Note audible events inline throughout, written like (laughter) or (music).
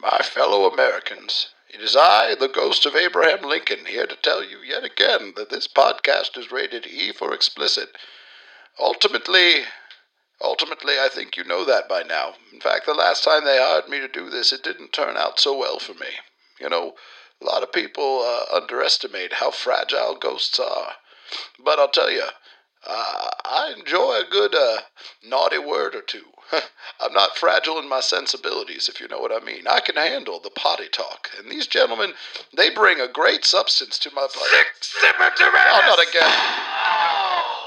My fellow Americans, it is I, the ghost of Abraham Lincoln, here to tell you yet again that this podcast is rated E for explicit. Ultimately, ultimately, I think you know that by now. In fact, the last time they hired me to do this, it didn't turn out so well for me. You know, a lot of people uh, underestimate how fragile ghosts are. But I'll tell you, uh, I enjoy a good uh, naughty word or two. (laughs) I'm not fragile in my sensibilities, if you know what I mean. I can handle the potty talk, and these gentlemen, they bring a great substance to my play. Oh, not again.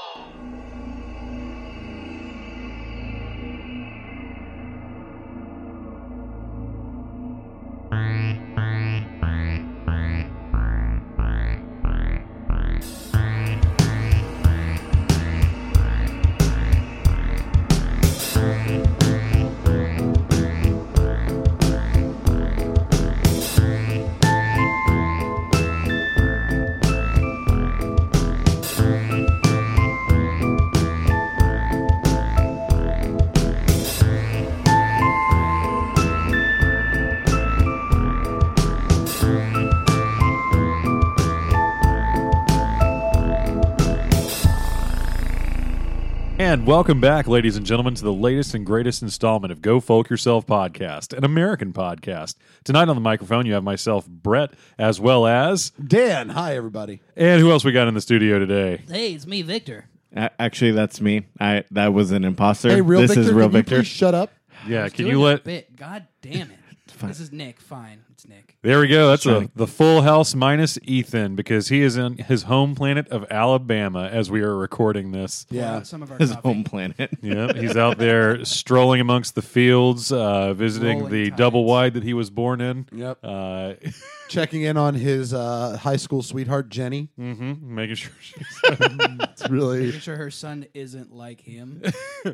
And welcome back, ladies and gentlemen, to the latest and greatest installment of Go Folk Yourself podcast, an American podcast. Tonight on the microphone, you have myself, Brett, as well as. Dan, hi everybody. And who else we got in the studio today? Hey, it's me, Victor. A- Actually, that's me. I that was an imposter. Hey, real this Victor, is real can you Victor. (laughs) please shut up. Yeah, can Doing you a let. bit. God damn it. This is Nick. Fine, it's Nick. There we go. That's a, the full house minus Ethan because he is in his home planet of Alabama as we are recording this. Pour Yeah, out Uh, Some of our His coffee. home planet. Yep, he's out there strolling amongst the fields, uh, visiting Rolling the tides. double wide that he was born in. Yep. Uh, (laughs) checking in on his uh, high school sweetheart Jenny. making sure (laughs) she's It's really Making sure her son isn't like him.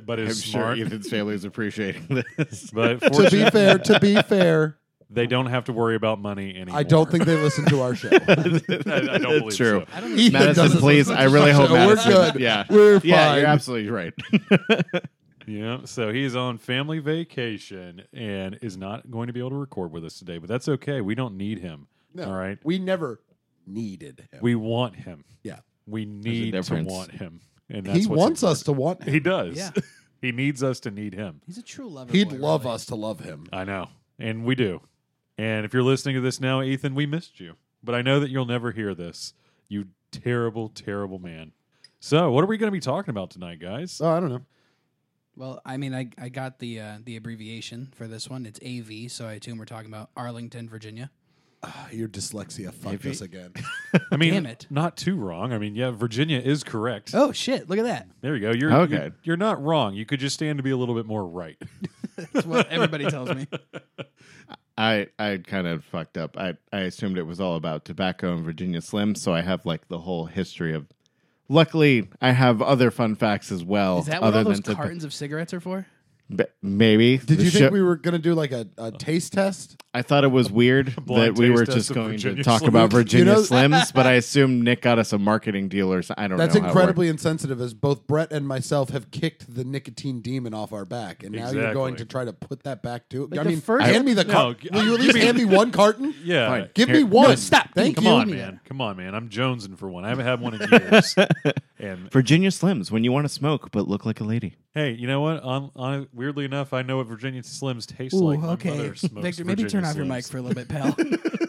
but (laughs) I'm is sure smart. Ethan's family is appreciating this. But (laughs) to be fortunately, fair. To be fair, they don't have to worry about money anymore. I don't think they listen to (laughs) our show. Ethan (laughs) I, I don't believe True. so. I don't Ethan Madison, doesn't please. listen I to really our hope show. Madison. We're good. Yeah, We're Yeah, you're fine. absolutely right. (laughs) Yeah. So he's on family vacation and is not going to be able to record with us today, but that's okay. We don't need him. No, All right. We never needed him. We want him. yeah, We need to difference. want him. And that's he what's wants us important. to want. Him. He does. Yeah. (laughs) he needs us to need him. He's a true lover. He'd boy, love really. us to love him. I know. And we do. And if you're listening to this now, Ethan, we missed you. But I know that you'll never hear this. You terrible, terrible man. So, what are we going to be talking about tonight, guys? Oh, I don't know. Well, I mean, I, I got the uh, the abbreviation for this one. It's AV, so I assume we're talking about Arlington, Virginia. Ah, your dyslexia fucked us (laughs) again. I mean, Damn it. not too wrong. I mean, yeah, Virginia is correct. Oh shit! Look at that. There you go. You're Okay. You're, you're not wrong. You could just stand to be a little bit more (laughs) right. That's (laughs) what everybody tells me. I I kind of fucked up. I I assumed it was all about tobacco and Virginia Slims, so I have like the whole history of. Luckily, I have other fun facts as well. Is that what other all those than cartons of cigarettes are for? toba- maybe Did The you show- think we were gonna do like a, a taste test? I thought it was weird (laughs) that blind we taste were test just of going Virginia to talk Slims. about Virginia know- Slims, (laughs) but I assume Nick got us a marketing deal or something. I don't That's know. how it worked. incredibly insensitive, as both Brett and myself have kicked the nicotine demon off our back, and now you're going Exactly. to try to put that back to. I the mean, first- hand me the No, carton. g- Will you at give least me- hand me one (laughs) carton? Yeah. Fine. Give Here- me one. No, stop. Thank Come you. on, man. Come on, man. I'm jonesing for one. I haven't had one in (laughs) years. and Virginia Slims when you want to smoke but look like (laughs) a lady. hey, you know what? On, on, weirdly enough, I know what Virginia Slims taste like. My mother smokes Victor, maybe Virginia turn off your Slims. mic for a little bit, pal. (laughs)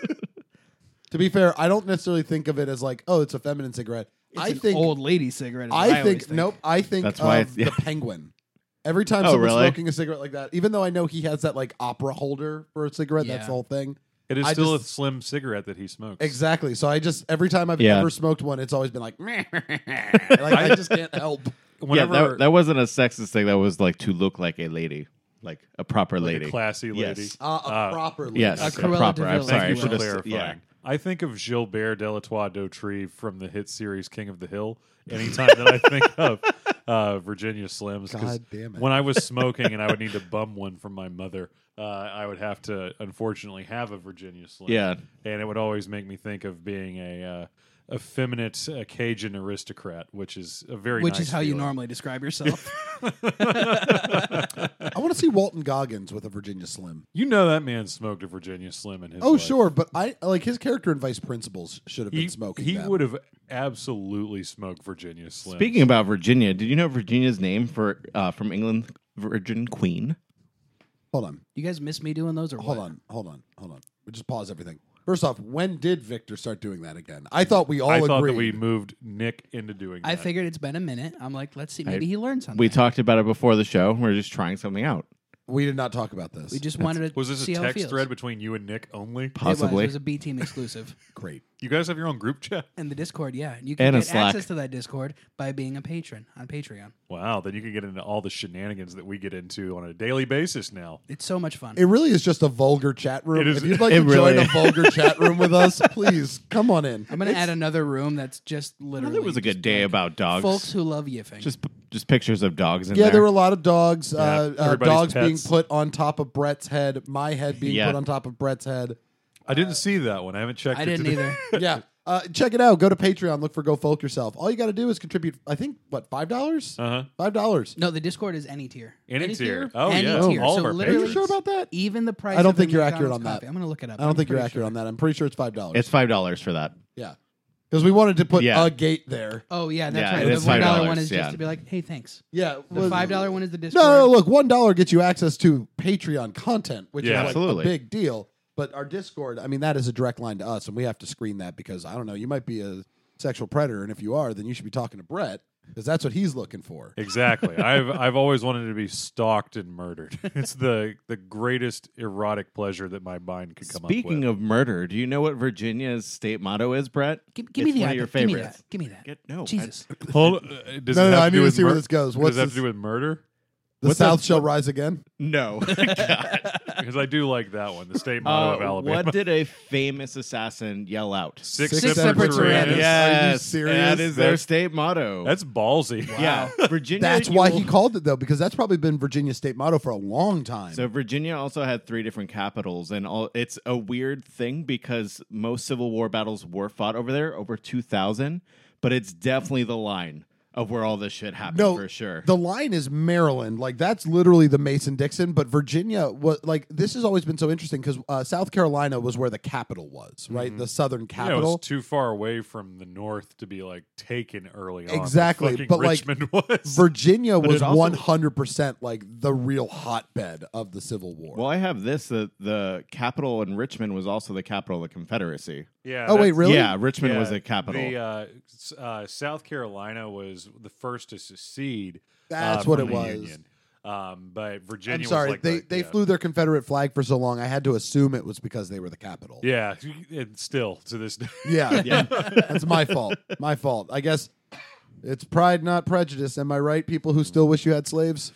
To be fair, I don't necessarily think of it as like, oh, it's a feminine cigarette. I It's an think, old lady cigarette. is what I think, always nope. I think That's of why it's- yeah. the penguin. Every time Oh, someone's really? smoking a cigarette like that, even though I know he has that like opera holder for a cigarette, Yeah. that's the whole thing. It is I still just- a slim cigarette that he smokes. Exactly. So I just every time I've Yeah. ever smoked one, it's always been like, like (laughs) I just can't help. Whenever yeah, that, that wasn't a sexist thing. That was like to look like a lady, like a proper a lady. classy Yes. lady. Uh, a proper lady. yes, A a Cruella proper. de I'm Vil. sorry, I Thank you for should have. s- clarifying. Yeah. I think of Gilbert Delatois d'Autrive from the hit series King of the Hill anytime that I (laughs) think of uh, Virginia Slims. 'cause God damn it. When I was smoking and I would need to bum one from my mother, uh, I would have to unfortunately have a Virginia Slim. Yeah. and it would always make me think of being a uh, effeminate uh, Cajun aristocrat, which is a very which nice is how you feeling. normally describe yourself. I want to see Walton Goggins with a Virginia Slim. You know that man smoked a Virginia Slim in his. Oh, life. sure, but I like his character in Vice Principals should have been He, smoking. he them. would have absolutely smoked Virginia Slim. Speaking about Virginia, did you know Virginia's name for uh, from England, Virgin Queen? Hold on, you guys miss me doing those or hold what? on, hold on, hold on. We just pause everything. First off, when did Victor start doing that again? I thought we all I agreed. thought that we moved Nick into doing. I that. figured it's been a minute. I'm like, let's see. Maybe he learned something. We talked about it before the show. We're just trying something out. We did not talk about this. We just wanted to Was this see a how it text feels. thread between you and Nick only? It was. Possibly. It was a B team exclusive. (laughs) great. You guys have your own group chat. And the Discord, yeah. You can And a get Slack. access to that Discord by being a patron on Patreon. Wow, then you can get into all the shenanigans that we get into on a daily basis now. It's so much fun. It really is just a vulgar chat room. It is- if you'd like to it really join a is. vulgar chat room with us, please come on in. I'm going to add another room that's just literally. It was a just good day about dogs. Folks who love yiffing. just just pictures of dogs in Yeah, there. there were a lot of dogs. uh, Yeah, uh, everybody's dogs being pets. put on top of Brett's head. My head being Yeah. put on top of Brett's head. I didn't see that one. I haven't checked. I it didn't today. either. (laughs) Yeah. Uh, check it out. Go to Patreon. Look for Go Folk Yourself. All you got to do is contribute. I think what five dollars? (laughs) Uh-huh. Five dollars. No, the Discord is any tier. Any tier. Oh, Any yeah. tier. All so of our literally- Are you sure about that? Even the price. I don't of the think you're accurate McDonald's on that. coffee. I'm going to look it up. I don't I'm think you're pretty accurate sure. on that. I'm pretty sure it's five dollars. It's five dollars for that. yeah, because we wanted to put Yeah. a gate there. Oh, yeah, that's Yeah, right. it The is $1 $5, one is just yeah. to be like, hey, thanks. Yeah, The $5 one is the Discord. No, no, look, one dollar gets you access to Patreon content, which Yeah, is like absolutely. a big deal. But our Discord, I mean, that is a direct line to us, and we have to screen that because I don't know, you might be a sexual predator, and if you are, then you should be talking to Brett because that's what he's looking for. Exactly. I've I've always wanted to be stalked and murdered. (laughs) It's the the greatest erotic pleasure that my mind could come Speaking up of murder, do you know what Virginia's state motto is, Brett? Give, give me It's the one of iPad. your Give me favorites. that. Give me that. Get- no, I- Jesus. with. Hold. Uh, does No, it have no, no, I to do need to with see where mur- this goes. Does What's it have this- to do with murder? The What's South that- shall rise again. (laughs) No. Because I do like that one. The state motto of Uh, Alabama. what did a famous assassin yell out? six, separate Six separate Tyrannus. Tyrannus. Yeah. Are you Yes, serious? that is their That's- state motto. That's ballsy. yeah, (laughs) Virginia. That's you why will- he called it though, because that's probably been Virginia's state motto for a long time. So Virginia also had three different capitals, and all it's a weird thing because most Civil War battles were fought over there, over two thousand. But it's definitely the line of where all this shit happened No, for sure. The line is Maryland. Like that's literally the Mason Dixon, but Virginia was like this has always been so interesting because uh, South Carolina was where the capital was, right? Mm-hmm. The southern You know, capital. it's too far away from the north to be like taken early on. like Exactly, fucking but, like, Richmond (laughs) was. Virginia But was it also- one hundred percent like the real hotbed of the Civil War. well, I have this that the capital in Richmond was also the capital of the Confederacy. yeah. oh wait, that's- really? Yeah, Richmond Yeah, was the capital. The, uh, s- uh, South Carolina was the first to secede. uh, That's what from it the was. Union. Um, but Virginia. I'm sorry, was like they the- they yeah. flew their Confederate flag for so long. I had to assume it was because they were the capital. Yeah, (laughs) and still to this (laughs) day. (laughs) Yeah, Yeah. that's my fault. My fault. I guess it's pride, not prejudice. Am I right? People who still wish you had slaves.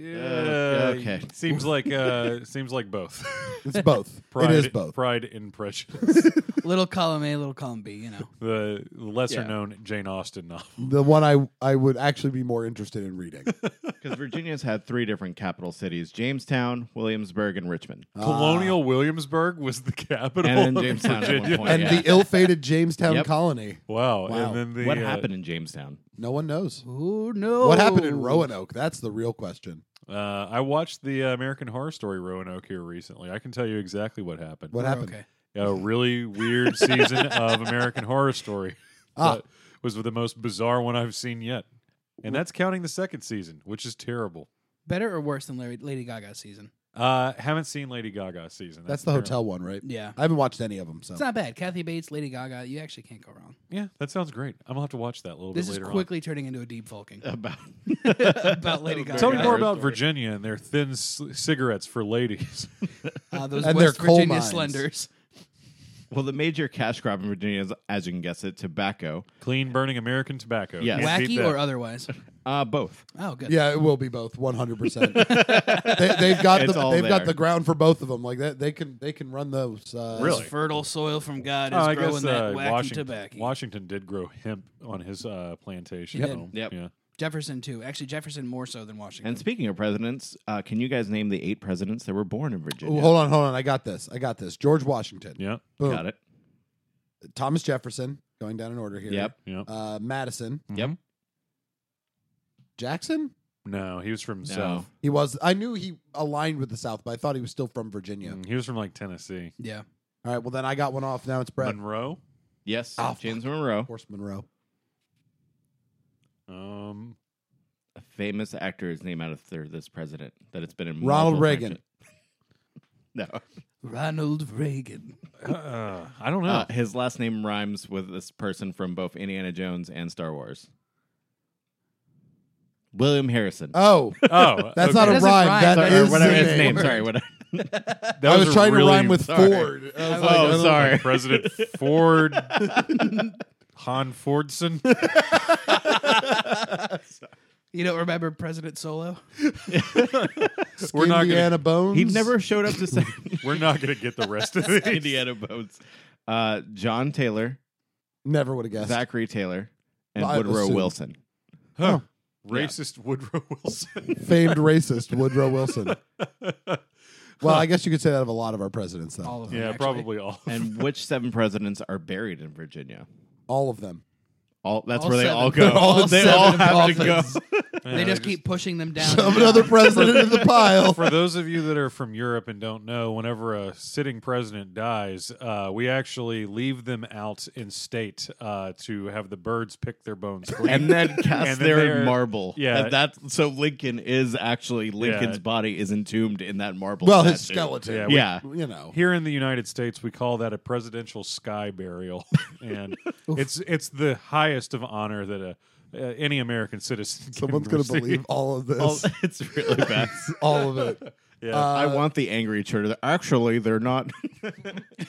Yeah, okay. Seems like uh, seems like both. (laughs) It's both. Pride, it is both. Pride and prejudice. (laughs) Little column A, little column B, you know. (laughs) the lesser Yeah. known Jane Austen novel. The one I I would actually be more interested (laughs) in reading. Because Virginia's had three different capital cities: Jamestown, Williamsburg, and (laughs) Richmond. Ah. Colonial Williamsburg was the capital (laughs) And then of Jamestown at one Virginia. point. and Yeah. the ill-fated Jamestown Yep. colony. Wow. Wow. And then the what uh, happened in Jamestown? No one knows. Oh, no. What happened in Roanoke? That's the real question. Uh, I watched the uh, American Horror Story Roanoke here recently. I can tell you exactly what happened. What We're happened? okay. A really weird season of American Horror Story. Ah. That was the most bizarre one I've seen yet. And that's counting the second season, which is terrible. Better or worse than Larry, Lady Gaga's season? Uh, haven't seen Lady Gaga season. That's the terrible. hotel one, right? Yeah. I haven't watched any of them. So It's not bad. Kathy Bates, Lady Gaga, you actually can't go wrong. Yeah, that sounds great. I'm gonna have to watch that a little This bit is later on. quickly turning into a deep vulking About about Lady Gaga. Tell me more Horror about Story. Virginia and their thin c- cigarettes for ladies. (laughs) Uh, those And West their coal Virginia mines. Slenders. (laughs) well, the major cash crop in Virginia is, as you can guess, it tobacco. Clean burning American tobacco. Yes. Can't beat Wacky that. or otherwise? Uh, both. Oh, good. yeah, it will be both. One hundred (laughs) percent. They have got It's the, all they've got there. the ground for both of them. Like that, they can they can run those. Uh, Really? This fertile soil from God is Oh, I growing guess that uh, wacky Washington, tobacco. Washington did grow hemp on his uh, plantation. He did. home. Yep. Yeah. Jefferson too. Actually, Jefferson more so than Washington. And speaking of presidents, uh, can you guys name the eight presidents that were born in Virginia? Oh, hold on, hold on. I got this. I got this. George Washington. Yeah. Boom. Got it. Thomas Jefferson. Going down in order here. Yep. Mm-hmm. Yeah. Uh, Madison. Yep. Mhm. Jackson. No, he was from No. South. He was. I knew he aligned with the South, but I thought he was still from Virginia. Mm, He was from like Tennessee. yeah, All right. Well, then I got one off. Now it's Brett. Monroe. Yes. Oh, fuck. James Monroe, Horse Monroe. Um, a famous actor is named after this president that it's been in. Ronald multiple Reagan. times. (laughs) no. Ronald Reagan. uh, I don't know. Uh, his last name rhymes with this person from both Indiana Jones and Star Wars. William Harrison. Oh, oh, (laughs) that's not a okay. Doesn't rhyme. rhyme. That sorry, is whatever the his name. name. Sorry, whatever. That I was, a trying really- to (laughs) rhyme with sorry. Ford. (laughs) I was like, I oh, don't- sorry. like (laughs) President Ford, Han Fordson. You don't remember President Solo? (laughs) We're not Indiana gonna. Bones. He never showed up to (laughs) say We're not gonna get the rest (laughs) (laughs) of these. Indiana Bones. Uh, John Taylor, never would have guessed. (laughs) Zachary Taylor, and Well, I Woodrow assume. (laughs) Wilson. Huh. Racist Woodrow Wilson. Famed racist Woodrow Wilson. Well, I guess you could say that of a lot of our presidents, though. All, All of them. yeah, actually. probably all. And which seven presidents are buried in Virginia? of them. (laughs) All that's All where they seven. all go. (laughs) All (laughs) they seven all have to go. coffins. They just keep pushing them down. Shove another president in the pile. For those of you that are from Europe and don't know, whenever a sitting president dies, uh, we actually leave them out in state uh, to have the birds pick their bones. clean. (laughs) (laughs) and then cast And then there they're- in marble. yeah. and that's so Lincoln is actually Lincoln's body is entombed in that marble. Well, his statue. skeleton. Yeah, we- Yeah. You know. Here in the United States, we call that a presidential sky (laughs) burial, and it's it's the highest of honor that a, uh, any American citizen can Someone's going to receive. (laughs) believe all of this. Oh, (laughs) it's really bad. (laughs) all of it. Yeah. I Uh, want the angry church. Actually, they're not. (laughs)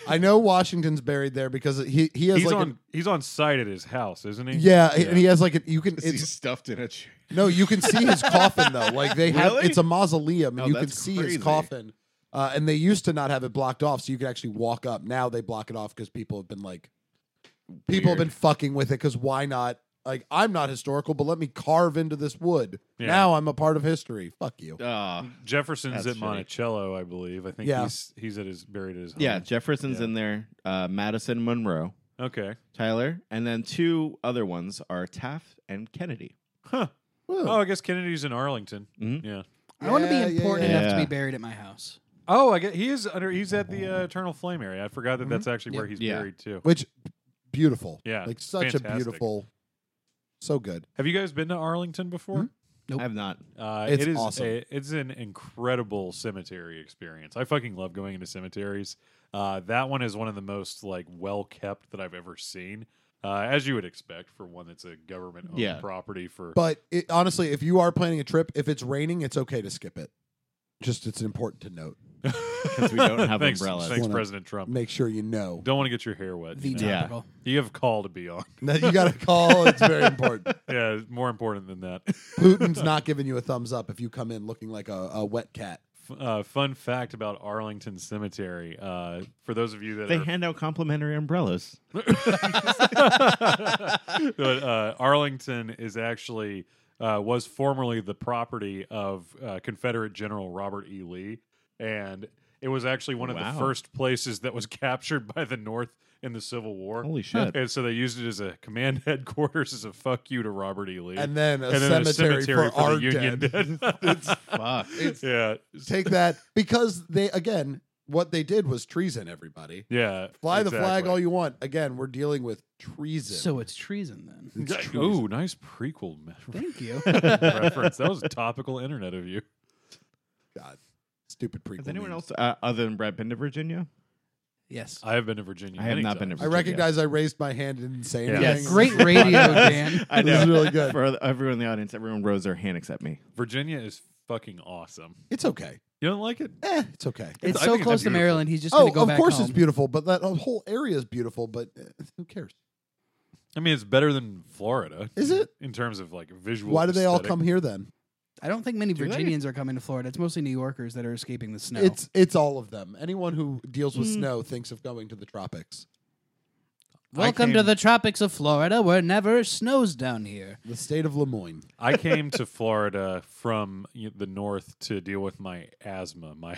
I know Washington's buried there because he he has he's like on an- he's on site at his house, isn't he? yeah, and he has like an, you can He's it's stuffed in a chair. no you can see his coffin though like they have Really? it's a mausoleum and Oh, you can that's see crazy. his coffin uh, and they used to not have it blocked off so you could actually walk up now they block it off because people have been like people have been Weird. fucking with it because why not like I'm not historical but let me carve into this wood Yeah. now I'm a part of history fuck you Ah. Jefferson's That's at shitty. Monticello, I believe. I think Yeah. he's he's at his buried at his home. yeah, Jefferson's Yeah. in there. Uh, Madison Monroe, Okay. Tyler, and then two other ones are Taft and Kennedy. Huh. Whoa. Oh, I guess Kennedy's in Arlington. Mhm. Yeah. I want to Yeah, be yeah, important yeah. enough to Yeah. be buried at my house. Oh, I get he is under. He's at the uh, Eternal Flame area. I forgot that that's actually where Yep. he's Mm-hmm. Yeah. buried too. which beautiful Yeah, like such a fantastic. beautiful so good Have you guys been to Arlington before? Nope. I have not. Uh, It's it is awesome. a- it's an incredible cemetery experience. I fucking love going into cemeteries. Uh, that one is one of the most like well kept that I've ever seen, uh, as you would expect for one that's a government owned Yeah. property. For But it, honestly, if you are planning a trip, if it's raining, it's okay to skip it. Just it's important to note. (laughs) because we don't have thanks, umbrellas. Thanks, Wanna President Trump. Make sure you know Don't want to get your hair wet. The you, know? Yeah. topical. You have a call to be on. (laughs) that you got to call. It's very important. yeah, it's more important than that. Putin's not giving you a thumbs up if you come in looking like a, a wet cat. F- uh, fun fact about Arlington Cemetery. Uh, for those of you that They are hand out complimentary umbrellas. (laughs) but uh, Arlington is actually uh, was formerly the property of uh, Confederate General Robert E. Lee, and it was actually one of Wow. the first places that was (laughs) captured by the North in the Civil War. Holy shit. And so they used it as a command (laughs) headquarters as a fuck you to Robert E. Lee, And then a, And then cemetery, for, our dead. (laughs) (laughs) Fuck. (laughs) yeah, Take that because they again, what they did was treason. Everybody yeah. fly the flag exactly. all you want. Again, we're dealing with treason. So it's treason then. It's Yeah, treason. Ooh, nice prequel me- (laughs) Thank you. reference. That (laughs) was a topical internet of you. God, stupid prequel. Has anyone memes. else uh, other than Brett been to Virginia? yes. I have been to Virginia. I have many not been to times. I recognize I raised my hand and didn't say Yeah. anything. Yes. Great radio, Dan. (laughs) I This know. is really good. For everyone in the audience, everyone rose their hand except me. Virginia is fucking awesome. (laughs) It's okay. You don't like it? Eh, it's okay. It's I so think it's close to beautiful. Maryland. He's just Oh, gonna go of back course home. it's beautiful, but that whole area is beautiful. But uh, who cares? I mean, it's better than Florida. Is it? In terms of like visual. Why do they all aesthetic. come here then? I don't think many Do they? Virginians are coming to Florida. It's mostly New Yorkers that are escaping the snow. Hmm. It's it's all of them. Anyone who deals with Mm. snow thinks of going to the tropics. Welcome to came- the tropics of Florida, where never snows down here. The state of Lemoyne. (laughs) I came to Florida from y- the north to deal with my asthma. My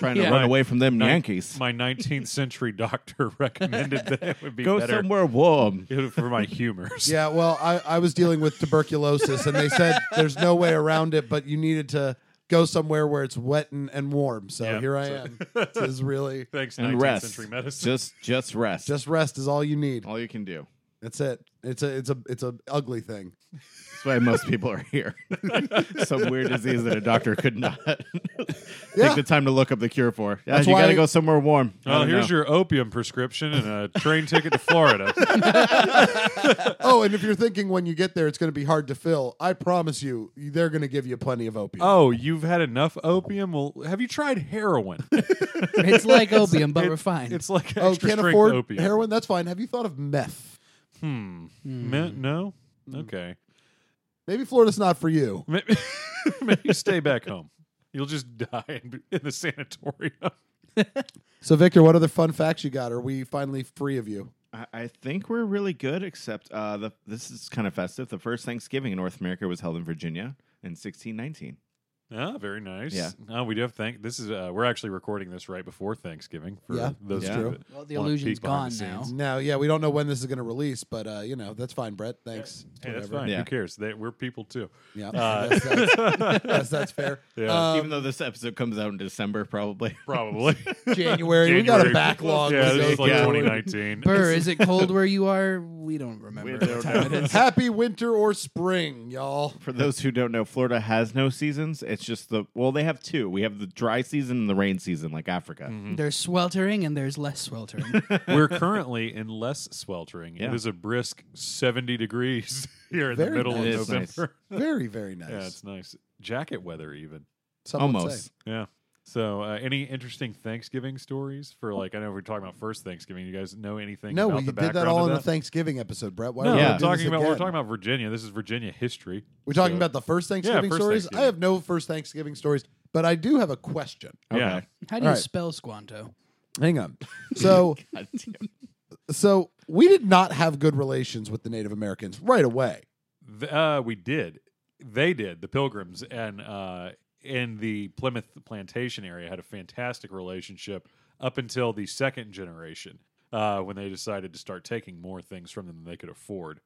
Trying Yeah. to run away from them Nin- Yankees. My 19th century doctor (laughs) recommended that it would be Go better (laughs) somewhere warm. for my (laughs) humors. Yeah, well, I, I was dealing with tuberculosis, and they said there's no way around it, but you needed to go somewhere where it's wet and, and warm. So Yeah. here I (laughs) am. this is really Thanks, And 19th rest. century medicine. Just just rest. just rest is all you need. all you can do. That's it. It's a it's a it's a (laughs) ugly thing. That's why most people are here. (laughs) Some weird disease that a doctor could not (laughs) Yeah. take the time to look up the cure for. Yeah, That's you got why- to go somewhere warm. I Oh, don't here's know. your opium prescription and a train ticket to (laughs) Florida. (laughs) Oh, and if you're thinking when you get there it's going to be hard to fill, I promise you, they're going to give you plenty of opium. oh, you've had enough opium? Well, have you tried (laughs) heroin? It's like opium, but It- (laughs) refined. It's like extra Oh, can't strength afford opium. heroin. That's fine. Have you thought of meth? Hmm. Me- no? Okay. Maybe Florida's not for you. (laughs) Maybe, maybe stay back home. You'll just (laughs) die in, be- in the sanatorium. (laughs) So, Victor, what other fun facts you got? Are we finally free of you? I, I think we're really good, except uh, the, this is kind of festive. The first Thanksgiving in North America was held in Virginia in 1619. Ah, very nice. Yeah. No, we do have thank. This is uh, we're actually recording this right before Thanksgiving. For Yeah, those that's who true. well, the wanna illusion's peek behind gone the now. scenes. No, yeah, we don't know when this is going to release, but uh, you know that's fine, Brett. Thanks. Hey, that's Whatever. fine. Yeah. Who cares? They, we're people too. Yeah, Uh, (laughs) that's, that's, that's, (laughs) that's fair. Yeah. Um, Even though this episode comes out in December, probably. (laughs) (laughs) Probably. January, we got a January. backlog. yeah, to this go is like through. 2019. Burr, is it (laughs) cold where you are? We don't remember. We what don't time know. it is. Happy winter or spring, y'all. For those who don't know, Florida has no seasons. It's just the well, they have two. We have the dry season and the rain season, like Africa. Hmm. Mm-hmm. There's sweltering and there's less (laughs) sweltering. We're currently in less sweltering. Yeah. It is a brisk 70 degrees (laughs) here in the Very middle nice. It of is nice. November. Very, very (laughs) nice. Yeah, it's nice. Jacket weather, even. Some would say. Almost. Yeah. So, uh, any interesting Thanksgiving stories for like? I know we're talking about first Thanksgiving. You guys know anything? No, about we the did that background all of in the that? Thanksgiving episode, Brett. Why No, would we we're do Yeah. this talking about we're again? talking about Virginia. This is Virginia history. We're talking So- about the first Thanksgiving first stories. Thanksgiving. I have no first Thanksgiving stories, but I do have a question. Yeah. Okay. How do you All right. spell squanto? Hang (laughs) on. So, God damn. so we did not have good relations with the Native Americans right away. Th- uh, we did. They did. The Pilgrims and uh, in the Plymouth plantation area had a fantastic relationship up until the second generation uh, when they decided to start taking more things from them than they could afford.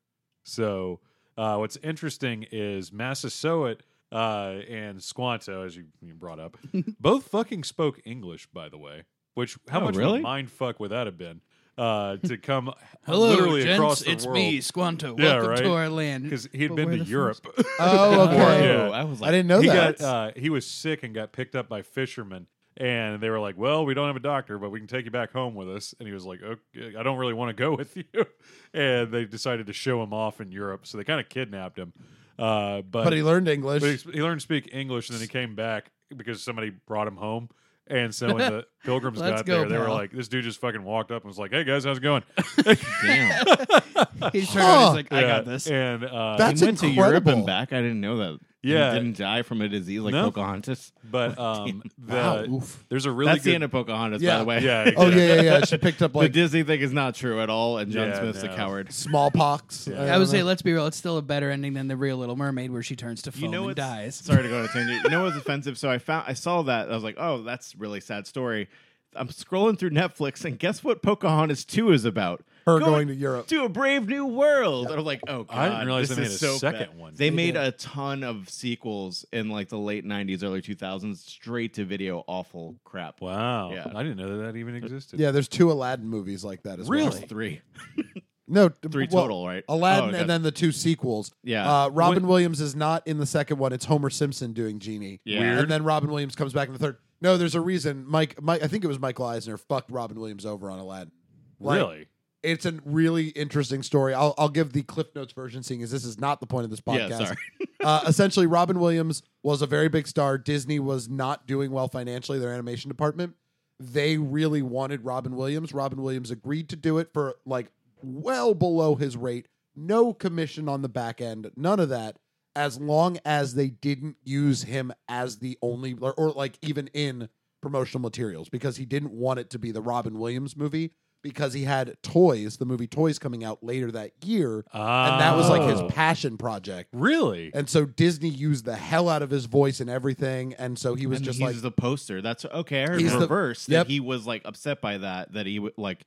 So uh, what's interesting is Massasoit uh, and Squanto, as you, you brought (laughs) up, both fucking spoke English, by the way. Which how Oh, much of a really? mind fuck would that have been uh, to come Hello, literally gents. across the it's world? me, Squanto. Yeah, Welcome right? to our land. because he had But been we're to the Europe. Oh, Oh, okay. Yeah. I was like, I didn't know he that. got uh, he was sick and got picked up by fishermen, and they were like, "Well, we don't have a doctor, but we can take you back home with us." And he was like, "Okay, I don't really want to go (laughs) with you." And they decided to show him off in Europe, so they kind of kidnapped him. Uh, but but he learned English. but he, he learned to speak English, and then he came back because somebody brought him home. And so when the pilgrims Let's got go, there, they were pal. like, "This dude just fucking walked up and was like, hey, guys, how's it going?'" (laughs) damn. (laughs) He's turned around, Huh. he's like, I Yeah, got this. And uh, That's he went to Europe incredible. and back. I didn't know that. Yeah. he didn't die from a disease like No. Pocahontas. but um, the, Wow, oof. there's a really That's good the end of Pocahontas, Yeah. by (laughs) the (laughs) way. yeah. oh exactly. yeah, yeah, yeah. She picked up like the Disney thing is not true at all, and John Yeah, Smith's no. a coward. smallpox. Uh, Yeah. don't I would know. say, let's be real, it's still a better ending than the real Little Mermaid where she turns to foam You know and what's- dies. Sorry to go on a tangent. You know what's offensive? So I found I saw that I was like, oh, that's a really sad story. I'm scrolling through Netflix, and guess what? Pocahontas two is about her going, to Europe. to a brave new world. And I'm like, oh, God, I didn't realize this they made is a so second bad. one. They, made a ton of sequels in like the late '90s, early 2000s, straight to video, awful crap. Wow. Yeah. I didn't know that that even existed. Yeah, there's two Aladdin movies like that as well. There's Three, No, three well, total, right? Aladdin Oh, okay. and then the two sequels. yeah. Uh, Robin Williams is not in the second one. It's Homer Simpson doing Genie. Yeah. And then Robin Williams comes back in the third. No, there's a reason. Mike, Mike, I think it was Michael Eisner fucked Robin Williams over on Aladdin. Like, Really? It's a really interesting story. I'll, I'll give the Cliff Notes version, seeing as this is not the point of this podcast. Yeah, sorry. uh, essentially, Robin Williams was a very big star. Disney was not doing well financially, their animation department. They really wanted Robin Williams. Robin Williams agreed to do it for like well below his rate, no commission on the back end, none of that, as long as they didn't use him as the only, or, or like even in promotional materials, because he didn't want it to be the Robin Williams movie because he had Toys, the movie Toys, coming out later that year, and that was like his Oh. passion project. Really? And so Disney used the hell out of his voice and everything, and so he was and just he's like, the poster. That's okay. I heard He's the- reverse yep. that he was like upset by that. That he would like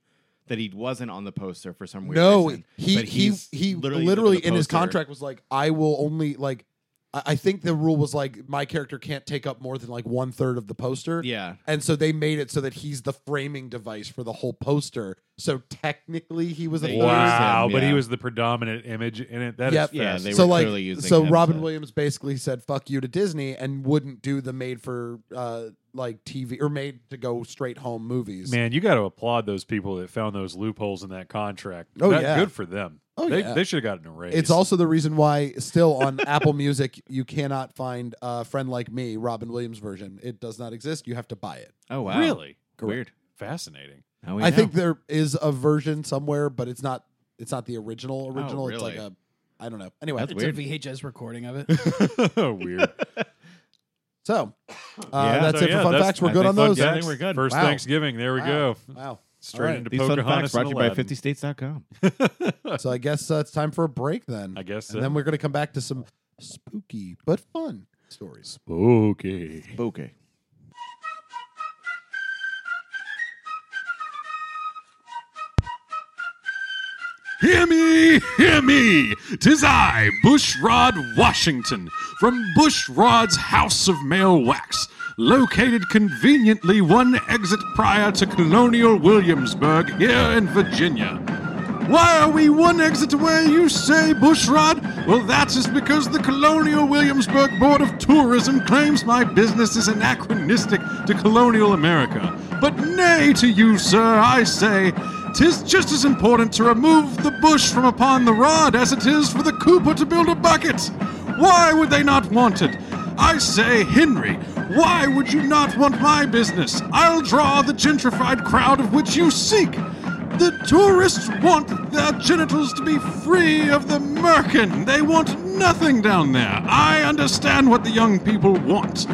that he wasn't on the poster for some weird no, reason. he But he he's he literally, looking at the in his poster. contract was like, I will only like, I I think the rule was like my character can't take up more than like one third of the poster. Yeah, And so they made it so that he's the framing device for the whole poster. So technically, he was a They third. used Wow, him, but he yeah. was the predominant image in it. That is Yep. yeah. fascinating. They so were like, clearly using. so him Robin to- Williams basically said "fuck you" to Disney and wouldn't do the made for uh like TV or made to go straight home movies. Man, you got to applaud those people that found those loopholes in that contract. Oh, That- yeah. good for them. Oh, they, yeah. they should have gotten a raise. It's also the reason why still on (laughs) Apple Music you cannot find uh, "Friend Like Me" Robin Williams version. It does not exist. You have to buy it. Oh wow, really Weird. (laughs) fascinating. (laughs) Now we I know. think there is a version somewhere, but it's not. It's not the original. Original. It's like really? a. I don't know. Anyway, That's It's weird. a VHS (laughs) recording of (laughs) it. Weird. so uh, Yeah. that's So, it for yeah, fun that's- facts. We're I good think on fun those. facts- I think we're good. First Wow. Thanksgiving. There we Wow. go. Wow. Straight All right. into These fun facts Pocahontas. brought to you by and Aladdin. 50states.com. So I guess uh, it's time for a break then. I guess so. And then we're going to come back to some spooky but fun stories. Okay. Okay. Hear me, hear me. Tis I, Bushrod Washington, from Bushrod's House of Mail Wax, located conveniently one exit prior to Colonial Williamsburg here in Virginia. Why are we one exit away, you say, Bushrod? Well, that is because the Colonial Williamsburg Board of Tourism claims my business is anachronistic to colonial America. But nay to you, sir, I say, tis just as important to remove the bush from upon the rod as it is for the cooper to build a bucket. Why would they not want it? I say, Henry, why would you not want my business? I'll draw the gentrified crowd of which you seek. The tourists want their genitals to be free of the merkin. They want nothing down there. I understand what the young people want.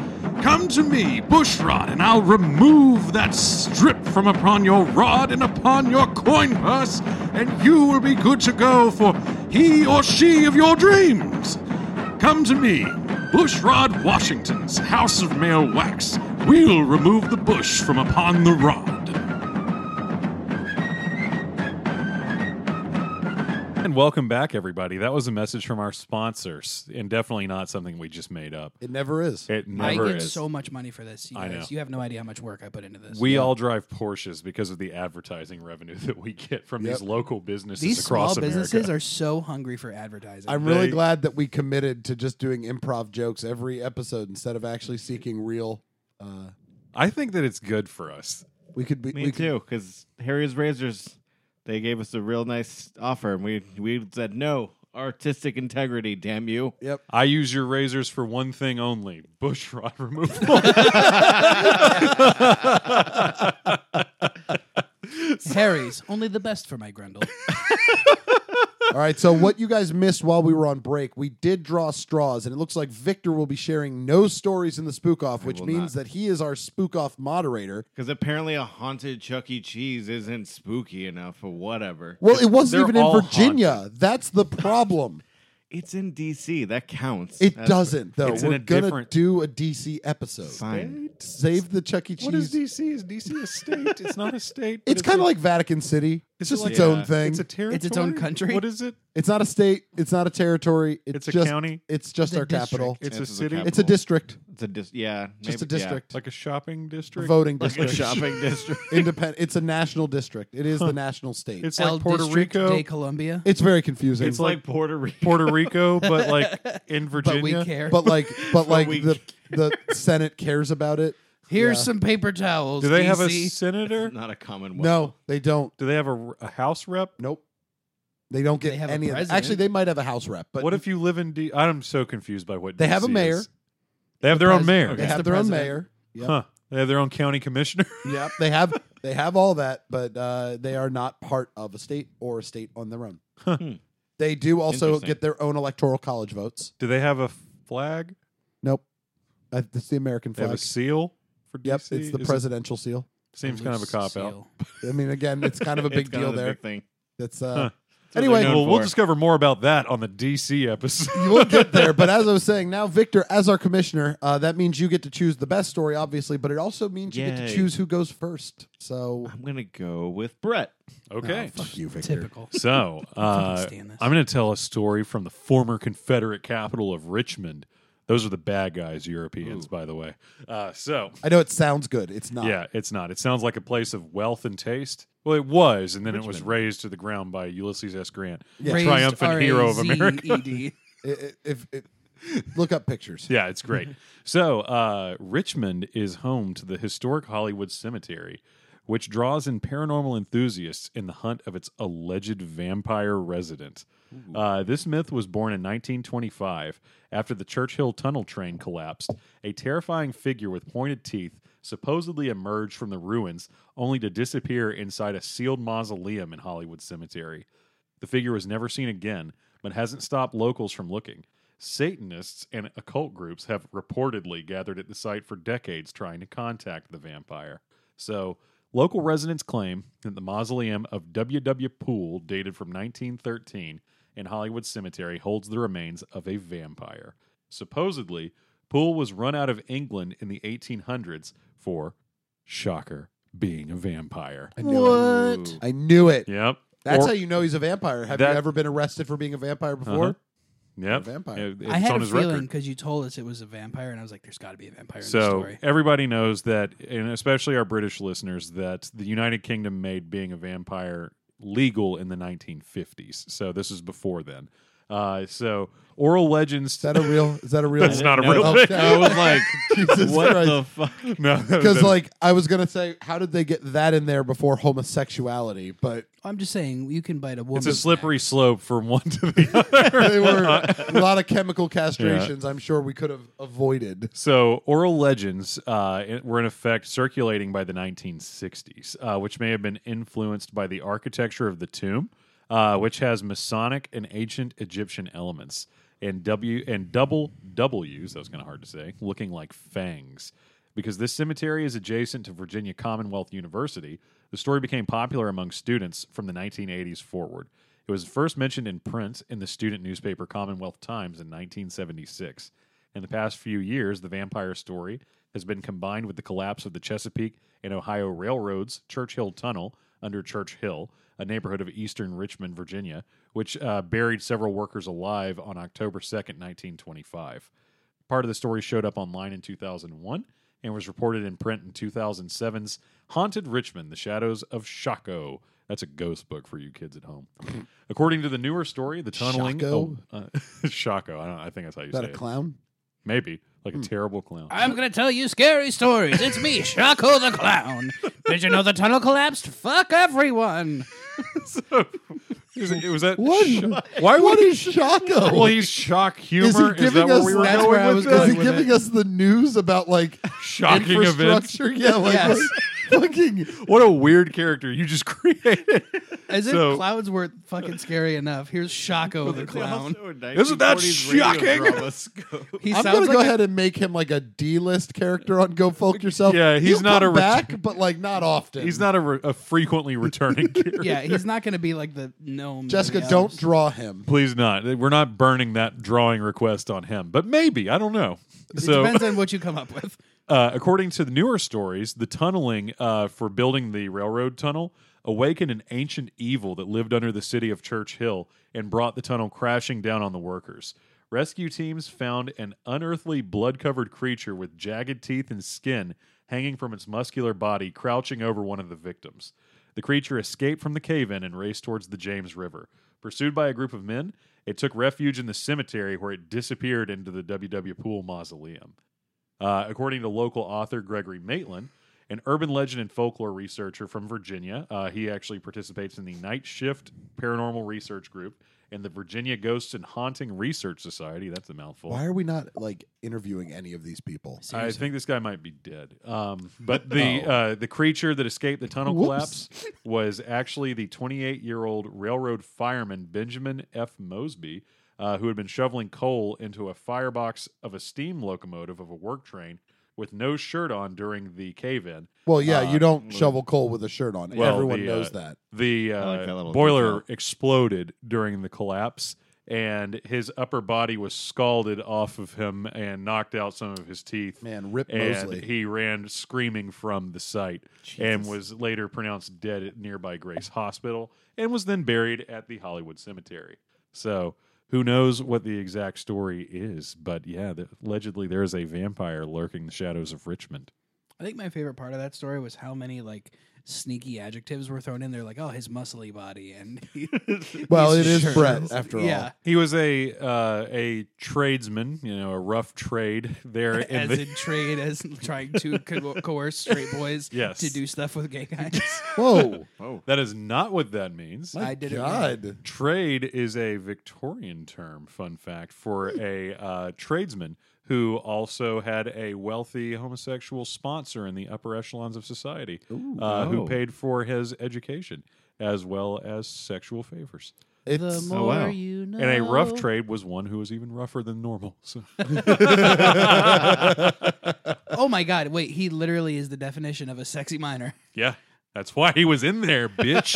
Come to me, Bushrod, and I'll remove that strip from upon your rod and upon your coin purse, and you will be good to go for he or she of your dreams. Come to me, Bushrod Washington's House of Mail Wax. We'll remove the bush from upon the rod. And welcome back, everybody. That was a message from our sponsors, and definitely not something we just made up. It never is. It I never get is. so much money for this. You I guys. know. You have no idea how much work I put into this. we all drive Porsches because of the advertising revenue (laughs) that we get from these local businesses These across small businesses America. are so hungry for advertising. I'm really They- glad that we committed to just doing improv jokes every episode instead of actually seeking real. Uh, I think that it's good for us. we could be. Me we too, because Harry's Razors, they gave us a real nice offer, and we we said no. Artistic integrity, damn you! Could, yep. I use your razors for one thing only: bush rod (laughs) removal. Harry's only the best for (laughs) my grundle. All right. So what you guys missed while we were on break, we did draw straws, and it looks like Victor will be sharing no stories in the spook off, which will means that he is our spook off moderator. Because apparently, a haunted Chuck E. Cheese isn't spooky enough, or whatever. Well, it They're wasn't even in all Virginia. That's the problem. It's in D.C. That counts. It That's doesn't though. It's in We're a gonna different- do a DC episode. Fine. Save the Chuck E. Cheese. what is DC? Is DC a state? It's not a state. but It's kind a- of like Vatican City. It's It's just like- its own yeah. thing. it's It's, a territory. its own country? What is it? not a state. It's not a territory. It's, It's a just, county? It's just It's a our capital. It's a Chances are city. capital. It's a district. It's a dis- yeah, Just a maybe- yeah. district. Like a shopping district. voting Like a district. shopping district. (laughs) Independent. It's a national district. It is the national state. It's It's, like El Puerto District Rico. de Colombia. very confusing. It's like Puerto Rico. Puerto Rico, but like in Virginia. But we care. but (laughs) like, but like week. the the Senate cares about it. Here's yeah. some paper towels. Do they have a DC. senator? Not a common one. No, they don't. Do they have a, a house rep? Nope. They don't get They have a any. Of president. Actually, they might have a house rep, but what if you live in D? I'm so confused by what They have a DC mayor. is. They have their own pres- mayor. they It's have the their president. own mayor? Yep. Huh. They have their own county commissioner. (laughs) Yep. They have they have all that, but uh, they are not part of a state or a state on their own. Hmm. They do also Interesting. get their own electoral college votes. Do they have a flag? Nope. Uh, it's the American They have flag. a seal for DC. Yep, it's the Is it- presidential seal. Seems kind of a Loose cop out. seal. I mean, again, it's kind of a big (laughs) It's kind deal of the there. big thing. That's uh, Huh. what Anyway. they're known Well, we'll for. discover more about that on the DC (laughs) episode. we'll get there. But as I was saying, now Victor, as our commissioner, uh, that means you get to choose the best story, obviously, but it also means you get to Yay. choose who goes first. So I'm gonna go with Brett. okay. Oh, fuck you, Victor. (laughs) Typical. So, (laughs) uh, stand this. I'm going to tell a story from the former Confederate capital of Richmond. Those are the bad guys, Europeans, by the way. Uh, so, I know it sounds good. It's not. yeah, it's not. It sounds like a place of wealth and taste. Well, it was, and then it was Richmond. raised to the ground by Ulysses S. Grant, the Raised triumphant hero of R.A.Z.E.D.. America. I- I- if it, look up pictures. Yeah, it's great. so, uh, Richmond is home to the historic Hollywood Cemetery, which draws in paranormal enthusiasts in the hunt of its alleged vampire resident. Uh, this myth was born in 1925 after the Churchill Tunnel train collapsed. A terrifying figure with pointed teeth supposedly emerged from the ruins only to disappear inside a sealed mausoleum in Hollywood Cemetery. The figure was never seen again, but hasn't stopped locals from looking. Satanists and occult groups have reportedly gathered at the site for decades trying to contact the vampire. So, local residents claim that the mausoleum of W. W. Poole, dated from 1913, in Hollywood Cemetery holds the remains of a vampire. Supposedly, Poole was run out of England in the 1800s for, shocker, being a vampire. (laughs) I knew It. I knew it. Yep. That's Or- how you know he's a vampire. Have That- you ever been arrested for being a vampire before? Uh-huh. Yep. vampire. It- I it's had on a his feeling record. because you told us it was a vampire, and I was like, "There's got to be a vampire in the So story." everybody knows that, and especially our British listeners, that the United Kingdom made being a vampire legal in the 1950s. So this is before then. Uh, so oral legends. Is that a real? Is that a real? That's not a No, real okay. (laughs) thing. I was like, Jesus what Christ. the fuck? (laughs) (laughs) No, Because that's- like I was gonna say, how did they get that in there before homosexuality? But (laughs) I'm just saying you can bite a woman. it's a slippery slope from one to the (laughs) other. they were a lot of (laughs) chemical castrations. I'm sure we could have avoided. So, oral legends uh, it- were in effect circulating by the 1960s, uh, which may have been influenced by the architecture of the tomb, uh, which has Masonic and ancient Egyptian elements, and W and double W's. That was kind of hard to say, looking like fangs. Because this cemetery is adjacent to Virginia Commonwealth University, the story became popular among students from the 1980s forward. It was first mentioned in print in the student newspaper Commonwealth Times in 1976. In the past few years, the vampire story has been combined with the collapse of the Chesapeake and Ohio Railroad's Churchill Tunnel under Church Hill, a neighborhood of eastern Richmond, Virginia, which uh, buried several workers alive on October 2nd, 1925. Part of the story showed up online in 2001 and was reported in print in 2007's Haunted Richmond The Shadows of Shaco. That's a ghost book for you kids (clears throat) at home. According to the newer story, the tunneling. (laughs) Shaco? Oh, uh, Shaco. I, don't, I think that's how you Is that say a it. clown? Maybe like Hmm. a terrible clown. (laughs) I'm gonna tell you scary stories. It's (laughs) me, Shaco the Clown. Did you know the tunnel collapsed? Fuck everyone. Is it- (laughs) was that What? (laughs) why What would he? is Shaco? Well, he's shock humor. Is he is that giving where us? we were that's going where I with was it? going. Is he with giving us the news about like (laughs) Shocking events. infrastructure? Yeah, like Yes. what- fucking. What a weird character you just created. As if So- clouds weren't fucking scary enough. Here's Shaco the Clown. Isn't that shocking? He I'm sounds gonna go like a- ahead and make him like a D-list character on Go (laughs) Folk Yourself. Yeah, he's He'll not come a ret- back, but like not often. he's not a, re- a (laughs) frequently returning character. Yeah, he's not gonna be like the gnome. Jessica, that don't yells. draw him. Please not. We're not burning that drawing request on him, but maybe I don't know. It So depends on what you come up with. Uh, according to the newer stories, the tunneling uh, for building the railroad tunnel awakened an ancient evil that lived under the city of Church Hill and brought the tunnel crashing down on the workers. Rescue teams found an unearthly blood covered creature with jagged teeth and skin hanging from its muscular body, crouching over one of the victims. The creature escaped from the cave in and raced towards the James River. Pursued by a group of men, it took refuge in the cemetery where it disappeared into the W.W. Poole Mausoleum. Uh, according to local author Gregory Maitland, an urban legend and folklore researcher from Virginia, uh, he actually participates in the Night Shift Paranormal Research Group and the Virginia Ghosts and Haunting Research Society. That's a mouthful. Why are we not like interviewing any of these people? I think this guy might be dead. Um, (laughs) but the Oh. uh, the creature that escaped the tunnel Whoops. collapse was actually the 28 year old railroad fireman Benjamin F. Mosby, uh, who had been shoveling coal into a firebox of a steam locomotive of a work train with no shirt on during the cave in. Well, yeah, Uh, you don't shovel coal with a shirt on. Well, Everyone the, knows uh, that. The I like that uh, little boiler detail. exploded during the collapse, and his upper body was scalded off of him and knocked out some of his teeth. Man, Rip and Mosley. he ran screaming from the site and was later pronounced dead at nearby Grace Hospital and was then buried at the Hollywood Cemetery. So who knows what the exact story is? But yeah, the, allegedly there is a vampire lurking in the shadows of Richmond. I think my favorite part of that story was how many like sneaky adjectives were thrown in there, like "oh, his muscly body," and (laughs) he- (laughs) Well, he's it is sure- Brett, after all. Yeah, He was a uh, a tradesman, you know, a rough trade there (laughs) in as the in trade, as in trying (laughs) to co- coerce straight boys Yes. to do stuff with gay (laughs) guys. Whoa, Oh, (laughs) That is not what that means. I did it. again. God. Trade is a Victorian term, fun fact, for a uh, tradesman who also had a wealthy homosexual sponsor in the upper echelons of society uh, who Oh. paid for his education as well as sexual favors. It's oh wow. You know. And a rough trade was one who was even rougher than normal. So. Oh my god! Wait, he literally is the definition of a sexy minor. yeah, that's why he was in there, bitch.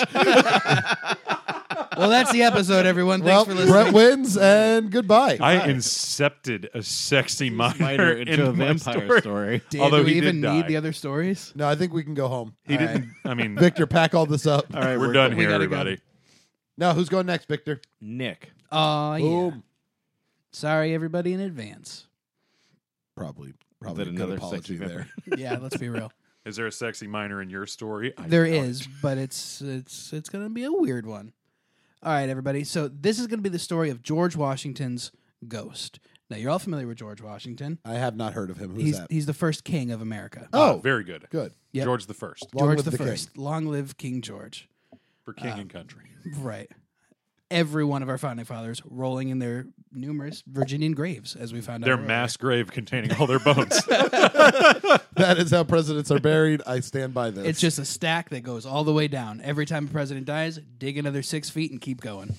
Well, that's the episode, everyone. well, Thanks for listening. Brett wins and goodbye. I incepted a sexy minor minor into, into a my vampire story. story. Did Although we he did even die. need the other stories? no, I think we can go home. He All right. didn't. I mean, Victor, pack all this (laughs) up. All right, we're done we here, gotta go. everybody. Now, who's going next, Victor? Nick. Oh yeah. Boom. Sorry, everybody, in advance. Probably, probably Did a good another apology sexy there. (laughs) Yeah, let's be real. Is there a sexy minor in your story? I There doubt it. is, but it's it's it's gonna be a weird one. All right, everybody. So this is gonna be the story of George Washington's ghost. Now you're all familiar with George Washington. I have not heard of him. Who's he's that? he's the first king of America. Oh, oh, very good. good. Yep. George the First Long George live the, the king. first. Long live King George. for king and country. Right. Every one of our founding fathers rolling in their numerous Virginian graves, as we found Their out. earlier. mass grave containing all their bones. (laughs) That is how presidents are buried. I stand by this. (laughs) It's just a stack that goes all the way down. Every time a president dies, dig another six feet and keep going.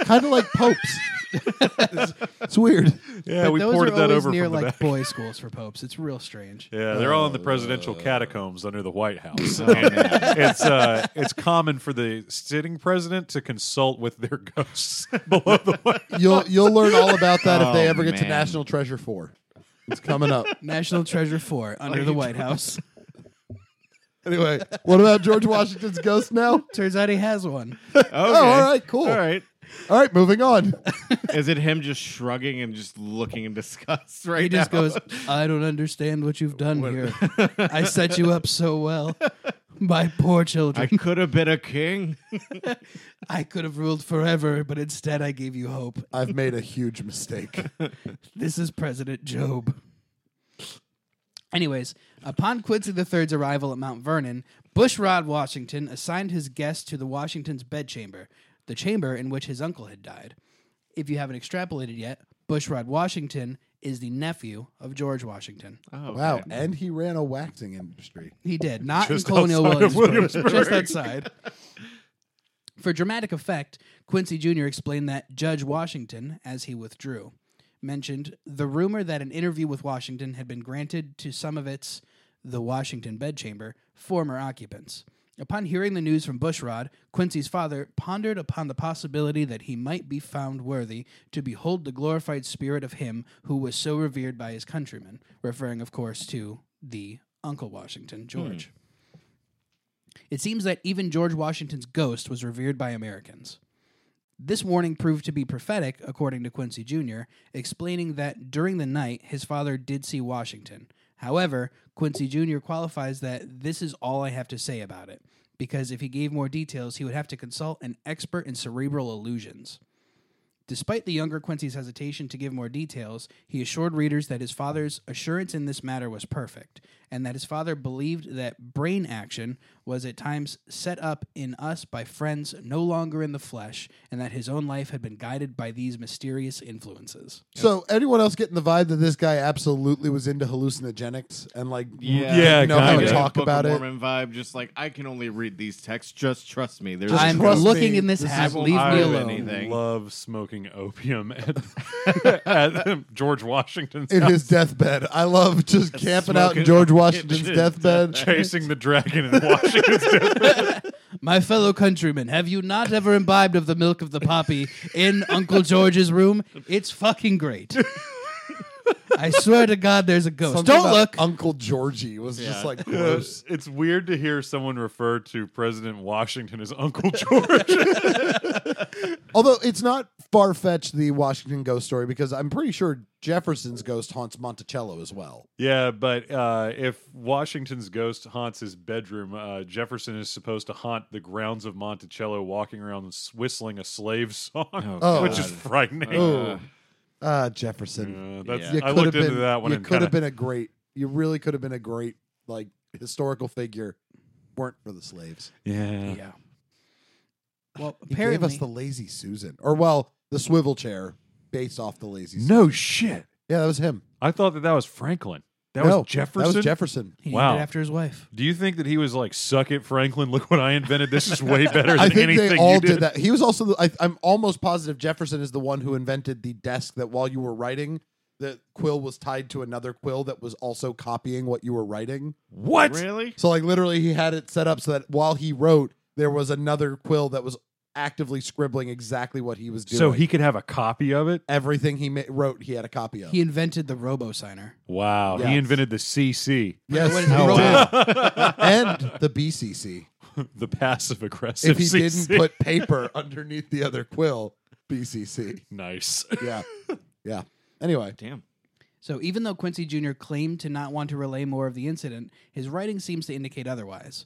kind of like (laughs) popes. it's, it's weird. yeah, But we those ported are that always over near from the like back. boy schools for popes. It's real strange. Yeah, they're all in the presidential catacombs under the White House. And it's uh, it's common for the sitting president to consult with their ghosts (laughs) below the White You'll you'll learn all about that if they Oh, ever get to man. National Treasure Four. It's coming (laughs) up. National Treasure Four under the White House. Anyway, what about George Washington's ghost now? Turns out he has one. Oh, all right, cool. All right. All right, moving on. Is it him just shrugging and just looking in disgust right He just now? goes, "I don't understand what you've done here. I set you up so well, my poor (laughs) I children. could have been a king. I could have ruled forever, but instead I gave you hope. I've made a huge mistake. This is President Job." Anyways, upon Quincy III's arrival at Mount Vernon, Bushrod Washington assigned his guest to the Washington's bedchamber, the chamber in which his uncle had died. If you haven't extrapolated yet, Bushrod Washington is the nephew of George Washington. (laughs) Oh, Wow, okay. and he ran a waxing industry. He did not Just in Colonial outside of Williamsburg, just Williamsburg. outside. For dramatic effect, Quincy Jr. explained that Judge Washington, as he withdrew, mentioned the rumor that an interview with Washington had been granted to some of its, the Washington bedchamber, former occupants. Upon hearing the news from Bushrod, Quincy's father pondered upon the possibility that he might be found worthy to behold the glorified spirit of him who was so revered by his countrymen, referring, of course, to the Uncle Washington, George. It seems that even George Washington's ghost was revered by Americans. This warning proved to be prophetic, according to Quincy Jr., explaining that during the night his father did see Washington. However, Quincy Jr. qualifies that this is all I have to say about it, because if he gave more details, he would have to consult an expert in cerebral illusions. Despite the younger Quincy's hesitation to give more details, he assured readers that his father's assurance in this matter was perfect, and that his father believed that brain action was at times set up in us by friends no longer in the flesh, and that his own life had been guided by these mysterious influences. So anyone else getting the vibe that this guy absolutely was into hallucinogenics and like Yeah. Yeah, didn't know how to kinda. talk Book about of it? Mormon vibe, just like I can only read these texts. Just trust me. There's Just I'm trust looking me, in this this hat. is- Leave me I- alone. Anything. love smoking opium at, (laughs) at George Washington's in house, (laughs) his deathbed. I love just camping out in smoking George in Washington's his deathbed. (laughs) chasing the dragon in Washington's deathbed. My fellow countrymen, have you not ever imbibed of the milk of the poppy in Uncle George's room? It's (laughs) fucking great. I swear to God, there's a ghost. Something Don't about look. Uncle Georgie was just (laughs) like Uh, gross. it's weird to hear someone refer to President Washington as Uncle George. Although it's not far fetched the Washington ghost story because I'm pretty sure Jefferson's ghost haunts Monticello as well. yeah, but uh, if Washington's ghost haunts his bedroom, uh, Jefferson is supposed to haunt the grounds of Monticello, walking around whistling a slave song, (laughs) Oh, which is God. Uh, frightening. Oh, ah, Jefferson. Uh, that's, Yeah. You I could looked have into been. that one you and could have kinda- been a great. You really could have been a great like historical figure. Weren't for the slaves. (laughs) yeah. Yeah. Well, He apparently, gave us the lazy Susan, or well, the swivel chair, based off the lazy. Susan. No shit. Yeah, that was him. I thought that that was Franklin. That No, was Jefferson. That was Jefferson. he Wow. named it after his wife. Do you think that he was like, "Suck it, Franklin. Look what I invented. (laughs) This is way better than I think anything they all you did. that. He was also. The, I, I'm almost positive Jefferson is the one who invented the desk that while you were writing, the quill was tied to another quill that was also copying what you were writing. What? really? So like literally, he had it set up so that while he wrote, there was another quill that was actively scribbling exactly what he was doing. So he could have a copy of it. everything he ma- wrote, he had a copy of. He invented the robo signer. Wow. He Yes. invented the CC, (laughs) yes, What is he it? did. the and the BCC. (laughs) passive aggressive. If he CC. didn't put paper underneath the other quill, BCC. nice. Yeah, yeah. Anyway. Damn. So even though Quincy Jr. claimed to not want to relay more of the incident, his writing seems to indicate otherwise.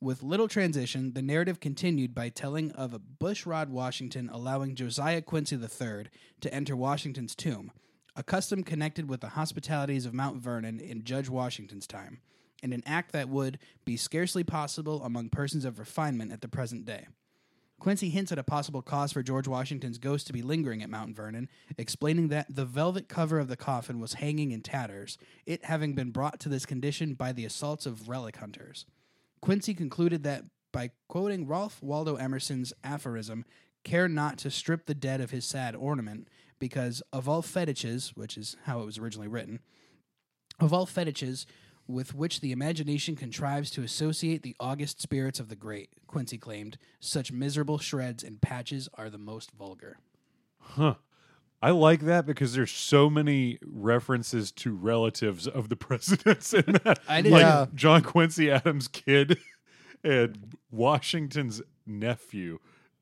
With little transition, the narrative continued by telling of a Bushrod Washington allowing Josiah Quincy III to enter Washington's tomb, a custom connected with the hospitalities of Mount Vernon in Judge Washington's time, and an act that would be scarcely possible among persons of refinement at the present day. Quincy hints at a possible cause for George Washington's ghost to be lingering at Mount Vernon, explaining that the velvet cover of the coffin was hanging in tatters, it having been brought to this condition by the assaults of relic hunters. Quincy concluded that by quoting Ralph Waldo Emerson's aphorism, care not to strip the dead of his sad ornament, because of all fetiches, which is how it was originally written, of all fetiches with which the imagination contrives to associate the august spirits of the great, Quincy claimed, such miserable shreds and patches are the most vulgar. Huh. I like that because there's so many references to relatives of the (laughs) presidents in that. I didn't- like Yeah. John Quincy Adams' kid (laughs) and Washington's nephew.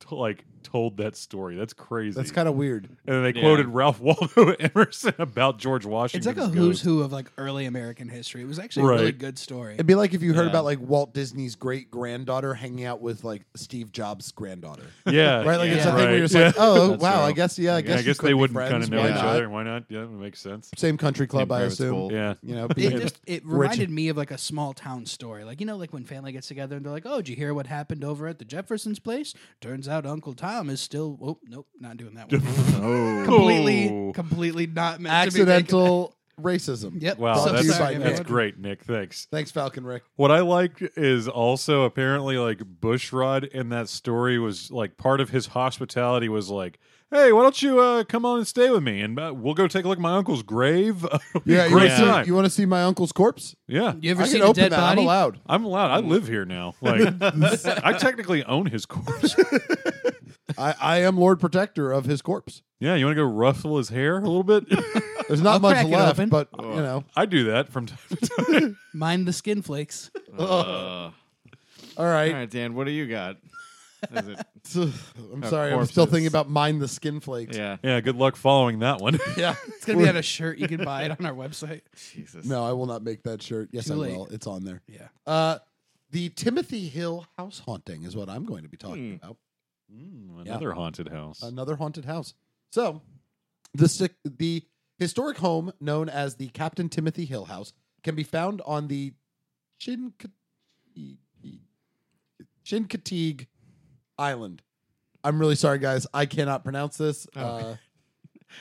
To, like told that story. That's crazy. That's kind of weird. and they Yeah. quoted Ralph Waldo (laughs) Emerson about George It's Washington. like a who's who of like early American history. It was actually a really Right. good story. It'd be like if you heard Yeah. about like Walt Disney's great granddaughter hanging out with like Steve Jobs' granddaughter, Uh, Yeah, right? Like it's a Yeah. thing where Right. you're just Yeah. (laughs) like, oh That's wow, true. I guess yeah, I guess, Yeah, I you guess could they be wouldn't friends, kind of know why each not? other. Why not? Yeah, that makes sense. Same country club, I private assume. school. Yeah, You (laughs) know, it being- just it reminded me of like a small town story. Like you know, like when family gets together and they're like, "Oh, did you hear what happened over at the Jeffersons' place? Turns out Uncle Tom is still oh nope, not doing (laughs) that one. Oh. completely, Oh. completely not meant To accidental racism. be making- yep. Wow, Brought to that's, you by that's Nick. great, Nick. Thanks. Thanks, Falcon Rick. What I like is also apparently like Bushrod in that story was like part of his hospitality was like, hey, why don't you uh, come on and stay with me and uh, we'll go take a look at my uncle's grave. (laughs) It'll be a you great wanna see- time. You want to see my uncle's corpse? yeah, You ever I seen can a open dead that. body? I'm allowed. I'm allowed. I live (laughs) here now. Like, I technically own his corpse. (laughs) I, I am Lord Protector of his corpse. Yeah, you want to go ruffle his hair a little bit? (laughs) There's not I'll much crack it left, open. but you know. I do that from time to time. Mind the skin flakes. (laughs) Uh, all All right. right, Dan. What do you got? (laughs) Is it- (sighs) I'm Uh, sorry. I'm still corpses. thinking about mind the skin flakes. yeah. Yeah, good luck following that one. (laughs) Mm, Yeah. (laughs) It's gonna be on a shirt. You can buy it (laughs) on our website. Jesus. No, I will not make that shirt. Yes, Too I late. will. It's on there. Yeah. Uh, the Timothy Hill house haunting is what I'm going to be talking about. Mm, Yeah. Um, another haunted house. Another haunted house. So, the sic- the historic home known as the Captain Timothy Hill House can be found on the Chin Chincoteague Island. I'm really sorry, guys. I cannot pronounce this. Uh,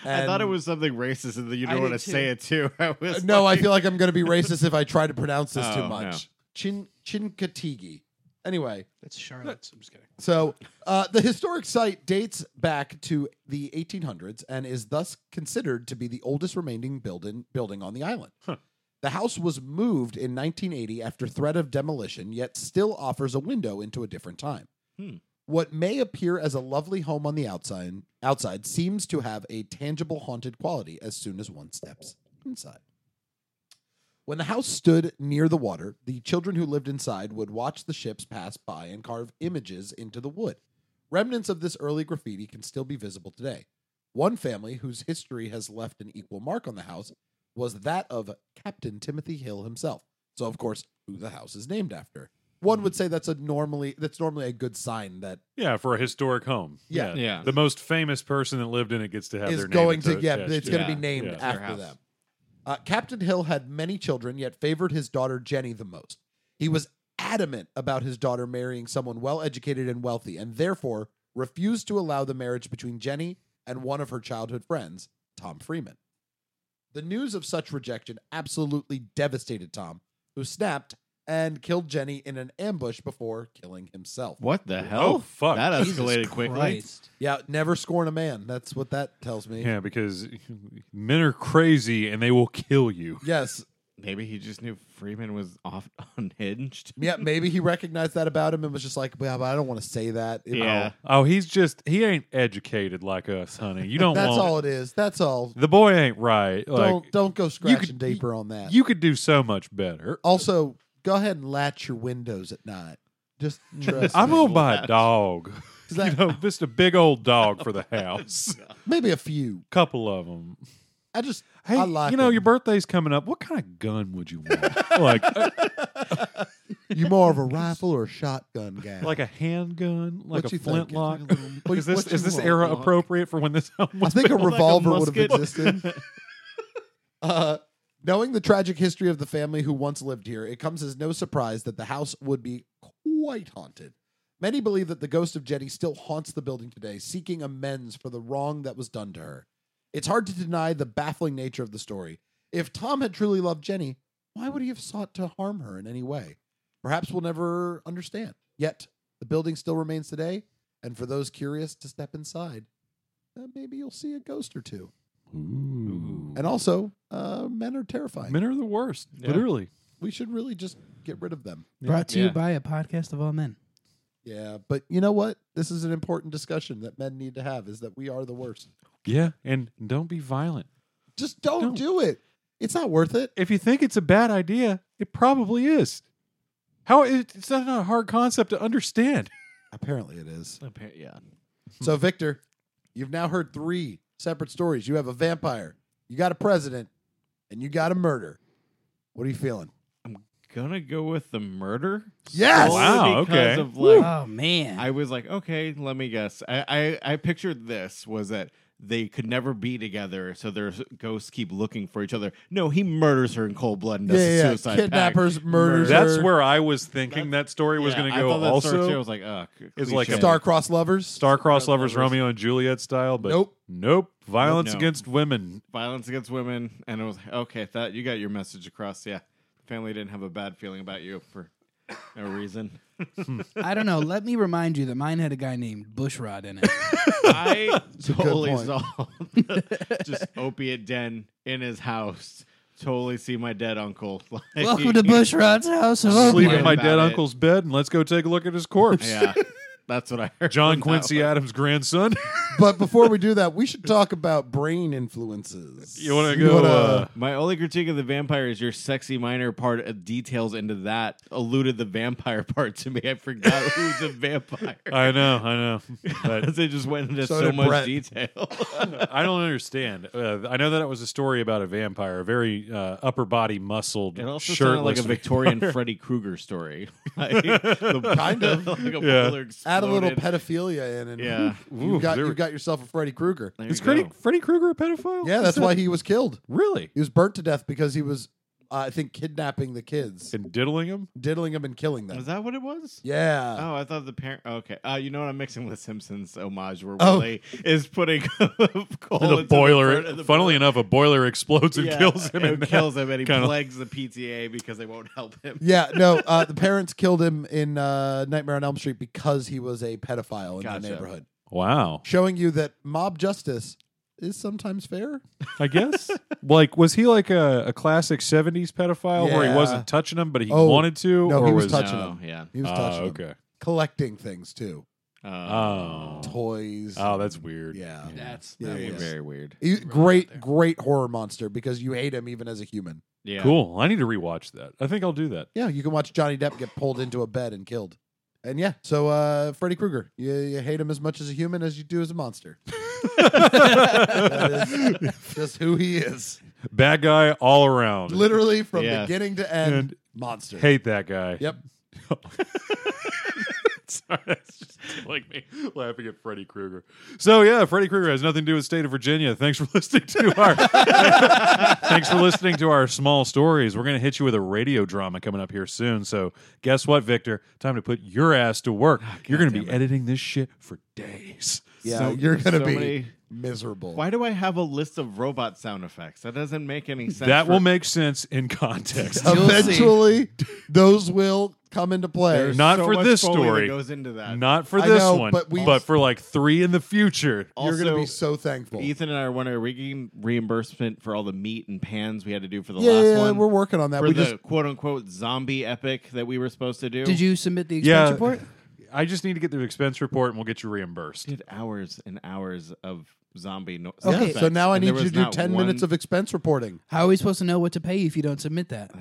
I thought it and- was something racist, and then you I don't did want to too. say it too. (laughs) I was no, like- I feel like I'm going to be racist if I try to pronounce this Oh, too much. Chin Chincoteague. Anyway, That's Charlotte's. I'm just kidding. so uh, the historic site dates back to the 1800s and is thus considered to be the oldest remaining building building on the island. Huh. The house was moved in 1980 after threat of demolition, yet still offers a window into a different time. Hmm. What may appear as a lovely home on the outside outside seems to have a tangible haunted quality as soon as one steps inside. When the house stood near the water, the children who lived inside would watch the ships pass by and carve images into the wood. Remnants of this early graffiti can still be visible today. One family whose history has left an equal mark on the house was that of Captain Timothy Hill himself. So, of course, who the house is named after. One would say that's a normally that's normally a good sign that Yeah, for a historic home. Yeah. Yeah. The most famous person that lived in it gets to have is their name going to atta- yeah, attached it's it. going to Yeah, be named yeah. Their after house. them. Uh, Captain Hill had many children, yet favored his daughter Jenny the most. He was adamant about his daughter marrying someone well educated and wealthy, and therefore refused to allow the marriage between Jenny and one of her childhood friends, Tom Freeman. The news of such rejection absolutely devastated Tom, who snapped and killed Jenny in an ambush before killing himself. What the hell? Oh, fuck. That Jesus escalated quickly. Christ. Yeah, never scorn a man. That's what that tells me. Yeah, because men are crazy and they will kill you. Yes, Maybe he just knew Freeman was off (laughs) unhinged. Yeah, maybe he recognized that about him and was just like, "Yeah, but I don't want to say that." It- Yeah. Oh, he's just he ain't educated like us, honey. You don't (laughs) that's want all it is. That's all. the boy ain't right. Like don't don't go scratching could- deeper on that. you could do so much better. also go ahead and latch your windows at night. Just (laughs) trust. I'm me. owned by a dog. Is that- (laughs) Oh you (laughs) know, just a big old dog for the house. maybe a few. Couple of them. I just Hey, I like you know, them. your birthday's coming up. What kind of gun would (laughs) you want? like, uh, you more (laughs) of a rifle or a shotgun guy. like a handgun, like What a you thinking? flintlock. Like a little- (laughs) is this what is you this want, era Mark? appropriate for when this (laughs) home I was think a built? revolver would have musket. existed. uh, knowing the tragic history of the family who once lived here, it comes as no surprise that the house would be quite haunted. Many believe that the ghost of Jenny still haunts the building today, seeking amends for the wrong that was done to her. It's hard to deny the baffling nature of the story. If Tom had truly loved Jenny, why would he have sought to harm her in any way? Perhaps we'll never understand. Yet, the building still remains today, and for those curious to step inside, uh, maybe you'll see a ghost or two. (laughs) Ooh. And also, uh, men are terrifying. Men are the worst, Yeah. literally. we should really just get rid of them. Brought to Yeah. you by a podcast of all men. Yeah, but you know what? This is an important discussion that men need to have: is that we are the worst. Yeah, and don't be violent. Just don't Don't. do it. It's not worth it. If you think it's a bad idea, it probably is. How it, it's not a hard concept to understand. Apparently, it (laughs) is. Oh, Appa- Yeah. So, Victor, you've now heard three separate stories. You have a vampire, you got a president, and you got a murder. What are you feeling? Gonna go with the murder. Yes! solely Wow, because okay. of, like, Oh man. I was like, okay, let me guess. I, I I pictured this was that they could never be together, so their ghosts keep looking for each other. No, he murders her in cold blood and does Yeah, a yeah, yeah. suicide. Kidnappers, pact. murders Murder. That's where I was thinking that story was Yeah, going to I go. thought that story too. I Also, was like, ugh, c- is like a cliche. Star-crossed lovers. star-crossed lovers, lovers. Romeo and Juliet style, but Nope. nope, violence no. against women. violence against women, and it was okay. That you got your message across. Yeah, family didn't have a bad feeling about you for (laughs) no reason. I don't know. Let me remind you that mine had a guy named Bushrod (laughs) in it. I totally point. saw (laughs) just opiate den in his house. Totally see my dead uncle. Like- Welcome (laughs) to Bushrod's house of Sleep in Complain Oakland. my about dead it. uncle's bed, and let's go take a look at his corpse. (laughs) (laughs) Yeah, that's what I heard. (laughs) John No. Quincy Adams' (laughs) grandson. (laughs) But before we do that, we should talk about brain influences. you want to go? wanna- uh, My only critique of the vampire is your sexy minor part of details into that eluded the vampire part to me. I forgot (laughs) who's a vampire. I know, I know, (laughs) but they just went into So so, did much Brett. detail. (laughs) I don't understand. Uh, I know that it was a story about a vampire, a very uh, upper body muscled, It also sounded shirtless, like a Victorian Freddy Krueger story. (laughs) (laughs) Like, the, Kind of. Like a Yeah. boiler Add a little exploded. pedophilia in, and (laughs) Yeah. you Ooh, got there- you got yourself a Freddy Krueger. There Is you Freddy, go. Freddy Krueger a pedophile? Yeah, that's why he was killed. Really? He was burnt to death because he was uh, I think, kidnapping the kids, And diddling him? diddling them, and killing them. Was that what it was? yeah. Oh, I thought the parent. Okay, uh, you know what? I'm mixing with Simpsons homage where Oh. Willie is putting (laughs) coal into the boiler. front of the funnily boiler. enough, a boiler explodes and Yeah, kills him. It and kills him, and he kinda- plagues the PTA because they won't help (laughs) him. Yeah, (laughs) no, uh, the parents killed him in uh, Nightmare on Elm Street because he was a pedophile in Gotcha. the neighborhood. (laughs) Wow. Showing you that mob justice is sometimes fair. I guess. like, was he like a, a classic '70s pedophile where he Yeah. wasn't touching them, but he Oh, wanted to? no, or he was uh, touching No, him. yeah. He was Ah, touching them. okay. collecting things too, Uh, Oh. toys. Oh, that's weird. yeah. That's Yeah, very, yeah. very weird. He- great, great horror monster because you hate him even as a human. Yeah. Cool. I need to rewatch that. I think I'll do that. Yeah, you can watch Johnny Depp get pulled into a bed and killed. And yeah, so uh, Freddy Krueger, you, you hate him as much as a human as you do as a (laughs) monster. (laughs) That is just who he is. (laughs) Bad guy all around. Literally from Yeah. beginning to end, And- monster. Hate that guy. Yep. Sorry, that's just (laughs) like me laughing at Freddy Krueger. So yeah, Freddy Krueger has nothing to do with state of Virginia. Thanks for (laughs) listening to our thanks for listening to our small stories. We're gonna hit you with a radio drama coming up here soon. So guess what, Victor? Time to put your ass to work. Ah, You're gonna be editing this shit for days. Yeah, So- you're gonna so be many- miserable. Why do I have a list of robot sound effects? That doesn't make any sense. that will for- make sense (laughs) in context. You'll see. Eventually, those will come into play. There's Not so for much this Foley that story. goes into that. (laughs) Not for I this know, one, but, but we- for like three in the future. You're also, gonna be so thankful. Ethan and I are wondering, are we getting reimbursement for all the meat and pans we had to do for the yeah, last one? we're working on that. for We the just quote unquote zombie epic that we were supposed to do. Did you submit the expense Yeah. report? I just need to get the expense report and we'll get you reimbursed. did hours and hours of zombie no- sound okay. So effects, now I and need there you to was do not ten one- minutes of expense reporting. How are we supposed to know what to pay you if you don't submit that?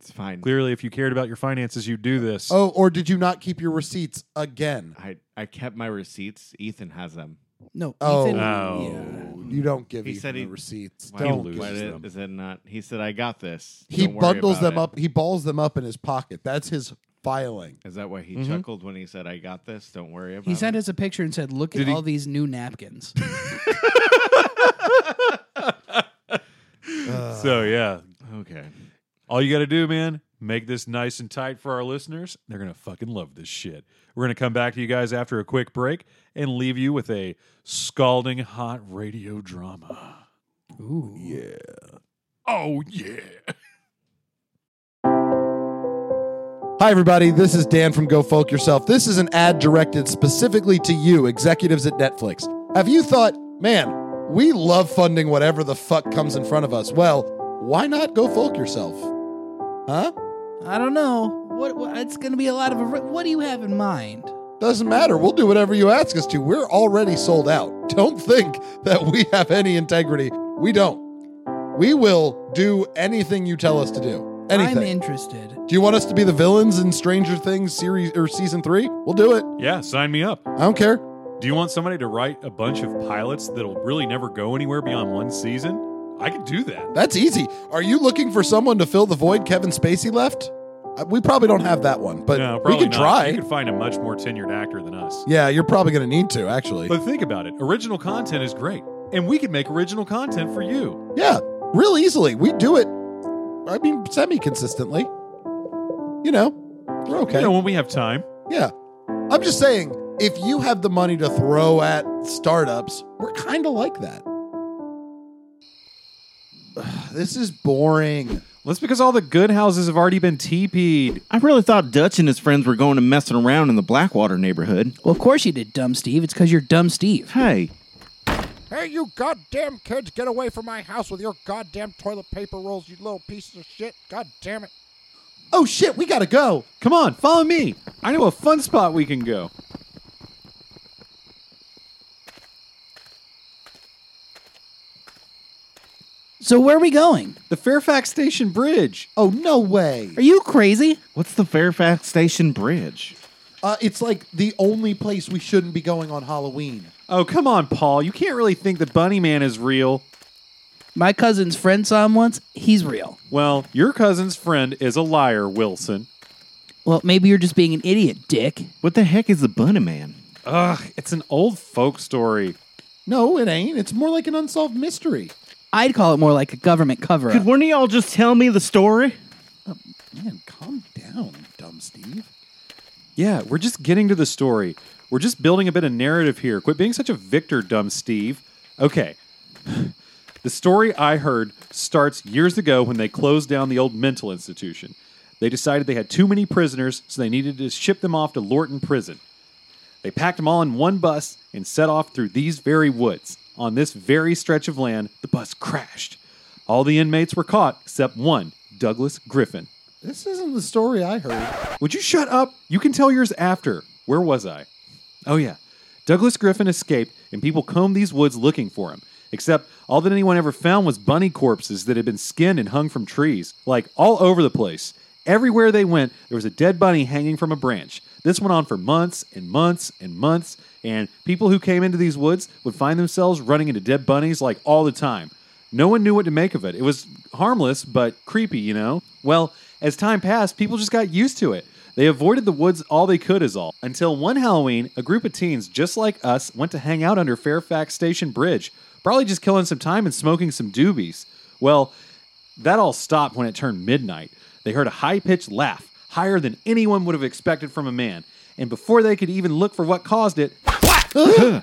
It's fine. Clearly, if you cared about your finances, you do this. Oh, or did you not keep your receipts again? I I kept my receipts. Ethan has them. No. Oh. Ethan, Oh. You don't give He Ethan said the he- receipts. Why- Don't. He why loses did- them. Is it not? He said, "I got this." He Don't worry bundles about them it." up. He balls them up in his pocket. That's his filing. Is that why he chuckled when he said, "I got this"? Don't worry about He it. sent us a picture and said, "Look at all these new napkins." Oh. So yeah, Okay. all you got to do, man, make this nice and tight for our listeners. They're gonna fucking love this shit. We're gonna come back to you guys after a quick break and leave you with a scalding hot radio drama. Ooh. Oh yeah. Hi, everybody. This is Dan from Go Folk Yourself. This is an ad directed specifically to you, executives at Netflix. Have you thought, man, we love funding whatever the fuck comes in front of us? Well, why not go folk yourself? Huh? I don't know. What, what it's going to be a lot of a, what do you have in mind? Doesn't matter. We'll do whatever you ask us to. We're already sold out. (laughs) Don't think that we have any integrity. We don't. We will do anything you tell us to do. Anything. I'm interested. do you want us to be the villains in Stranger Things series or season three? We'll do it. Yeah, sign me up. I don't care. Do you want somebody to write a bunch of pilots that'll really never go anywhere beyond one season? I could do that. That's easy. Are you looking for someone to fill the void Kevin Spacey left? Uh, We probably don't have that one, but no, we probably can not. try. You could find a much more tenured actor than us. yeah, you're probably going to need to, actually. But think about it. Original content is great, and we can make original content for you. yeah, real easily. We do it, I mean, semi consistently. You know, we're okay. You know, when we have time. yeah. I'm just saying, if you have the money to throw at startups, we're kind of like that. (sighs) Ugh, this is boring. That's because all the good houses have already been TP'd. I really thought Dutch and his friends were going and messing around in the Blackwater neighborhood. Well, of course you did, dumb Steve. It's because you're dumb Steve. Hey, Hey, you goddamn kids, get away from my house with your goddamn toilet paper rolls, you little pieces of shit. God damn it. Oh, shit, we got to go. Come on, follow me. I know a fun spot we can go. So where are we going? The Fairfax Station Bridge. Oh, no way. Are you crazy? what's the Fairfax Station Bridge? Uh, it's like the only place we shouldn't be going on Halloween. Oh, come on, Paul. You can't really think the Bunny Man is real. My cousin's friend saw him once. He's real. Well, your cousin's friend is a liar, Wilson. Well, maybe you're just being an idiot, dick. What the heck is the Bunny Man? Ugh, it's an old folk story. No, it ain't. It's more like an unsolved mystery. I'd call it more like a government cover Could up. one of y'all just tell me the story? Man, calm down, dumb Steve. Yeah, we're just getting to the story. We're just building a bit of narrative here. Quit being such a victor, dumb Steve. Okay. (sighs) the story I heard starts years ago when they closed down the old mental institution. They decided they had too many prisoners, so they needed to ship them off to Lorton Prison. They packed them all in one bus and set off through these very woods. On this very stretch of land, the bus crashed. All the inmates were caught except one, Douglas Griffin. This isn't the story I heard. Would you shut up? You can tell yours after. Where was I? Oh, yeah. Douglas Griffin escaped, and people combed these woods looking for him. Except all that anyone ever found was bunny corpses that had been skinned and hung from trees, like all over the place. Everywhere they went, there was a dead bunny hanging from a branch. This went on for months and months and months, and people who came into these woods would find themselves running into dead bunnies like all the time. No one knew what to make of it. It was harmless, but creepy, you know? Well, as time passed, people just got used to it. They avoided the woods all they could, is all. Until one Halloween, a group of teens just like us went to hang out under Fairfax Station Bridge, probably just killing some time and smoking some doobies. Well, that all stopped when it turned midnight. They heard a high pitched laugh, higher than anyone would have expected from a man. And before they could even look for what caused it, (laughs)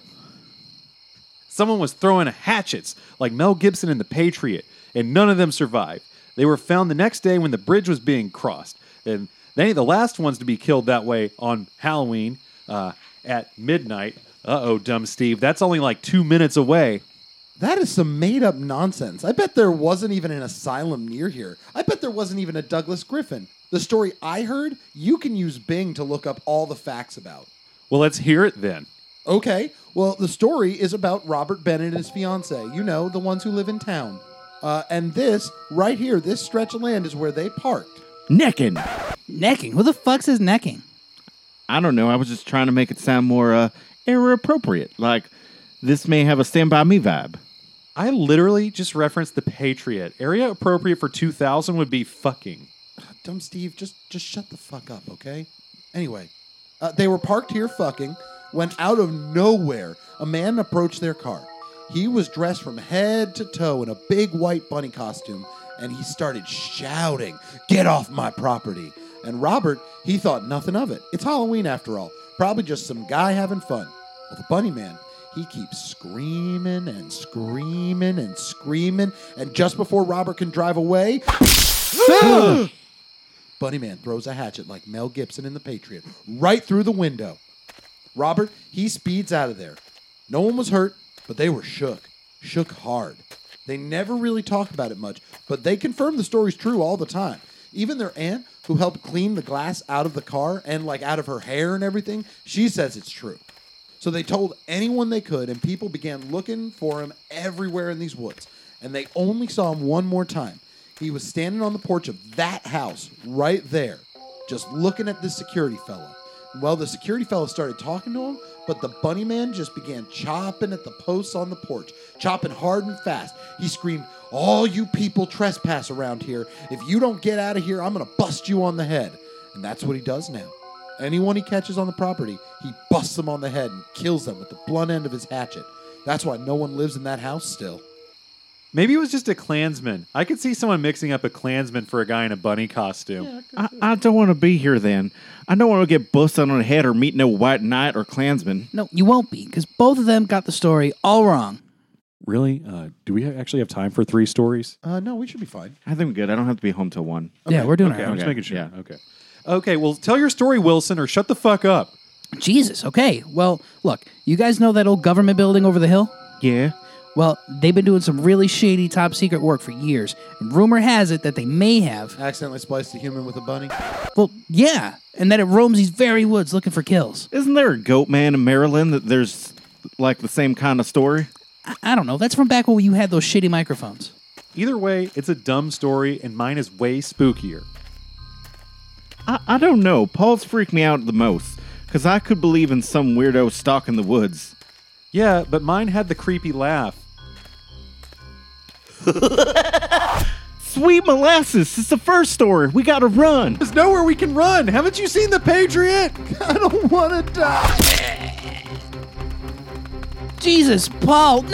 Someone was throwing hatchets like Mel Gibson in The Patriot, and none of them survived. They were found the next day when the bridge was being crossed, and they ain't the last ones to be killed that way on Halloween uh, at midnight. Uh oh, dumb Steve, that's only like two minutes away. That is some made up nonsense. I bet there wasn't even an asylum near here. I bet there wasn't even a Douglas Griffin. The story I heard, you can use Bing to look up all the facts about. Well, let's hear it then. Okay, well, the story is about Robert Bennett and his fiancee, you know, the ones who live in town. Uh, and this, right here, this stretch of land is where they parked. Necking. Necking. Who the fuck's is necking? I don't know. I was just trying to make it sound more uh, era appropriate. Like this may have a Stand By Me vibe. I literally just referenced The Patriot. Area appropriate for 2000 would be fucking. dumb Steve, just just shut the fuck up, okay? Anyway, uh, they were parked here fucking when out of nowhere a man approached their car. He was dressed from head to toe in a big white bunny costume and he started shouting, "Get off my property." And Robert, he thought nothing of it. It's Halloween after all. Probably just some guy having fun. Well, the bunny man, he keeps screaming and screaming and screaming and just before Robert can drive away, Bunny Man throws a hatchet like Mel Gibson in The Patriot right through the window. Robert, he speeds out of there. No one was hurt, but they were shook. Shook hard. They never really talk about it much, but they confirm the story's true all the time. Even their aunt, who helped clean the glass out of the car and like out of her hair and everything, she says it's true. So they told anyone they could, and people began looking for him everywhere in these woods. And they only saw him one more time. He was standing on the porch of that house right there, just looking at this security fella. Well, the security fella started talking to him, but the bunny man just began chopping at the posts on the porch, chopping hard and fast. He screamed, All you people trespass around here. If you don't get out of here, I'm going to bust you on the head. And that's what he does now. Anyone he catches on the property, he busts them on the head and kills them with the blunt end of his hatchet. That's why no one lives in that house still. Maybe it was just a Klansman. I could see someone mixing up a Klansman for a guy in a bunny costume. I, I don't want to be here then. I don't want to get busted on the head or meet no white knight or Klansman. No, you won't be, because both of them got the story all wrong. Really? Uh, do we ha- actually have time for three stories? Uh, no, we should be fine. I think I'm good. I don't have to be home till one. Yeah, we're doing Okay, it. I'm just Okay, making sure. yeah. Okay. Okay, well, tell your story, Wilson, or shut the fuck up. Jesus. Okay. Well, look, you guys know that old government building over the hill? Yeah. Well, they've been doing some really shady top secret work for years, and rumor has it that they may have. Accidentally spliced a human with a bunny. Well, yeah, and that it roams these very woods looking for kills. Isn't there a goat man in Maryland that there's like the same kind of story? I, I don't know. That's from back when you had those shitty microphones. Either way, it's a dumb story, and mine is way spookier. I, I don't know. Paul's freaked me out the most because I could believe in some weirdo stalking the woods. Yeah, but mine had the creepy laugh. (laughs) Sweet molasses! It's the first story. We gotta run. There's nowhere we can run. Haven't you seen The Patriot? (laughs) I don't want to die. Jesus, Paul, no!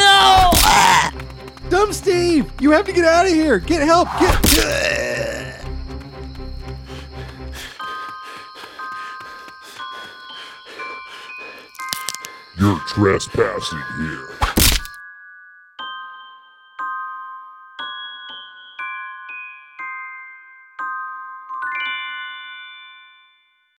Ah! Dumb Steve, you have to get out of here. Get help. (laughs) Get. You're trespassing here.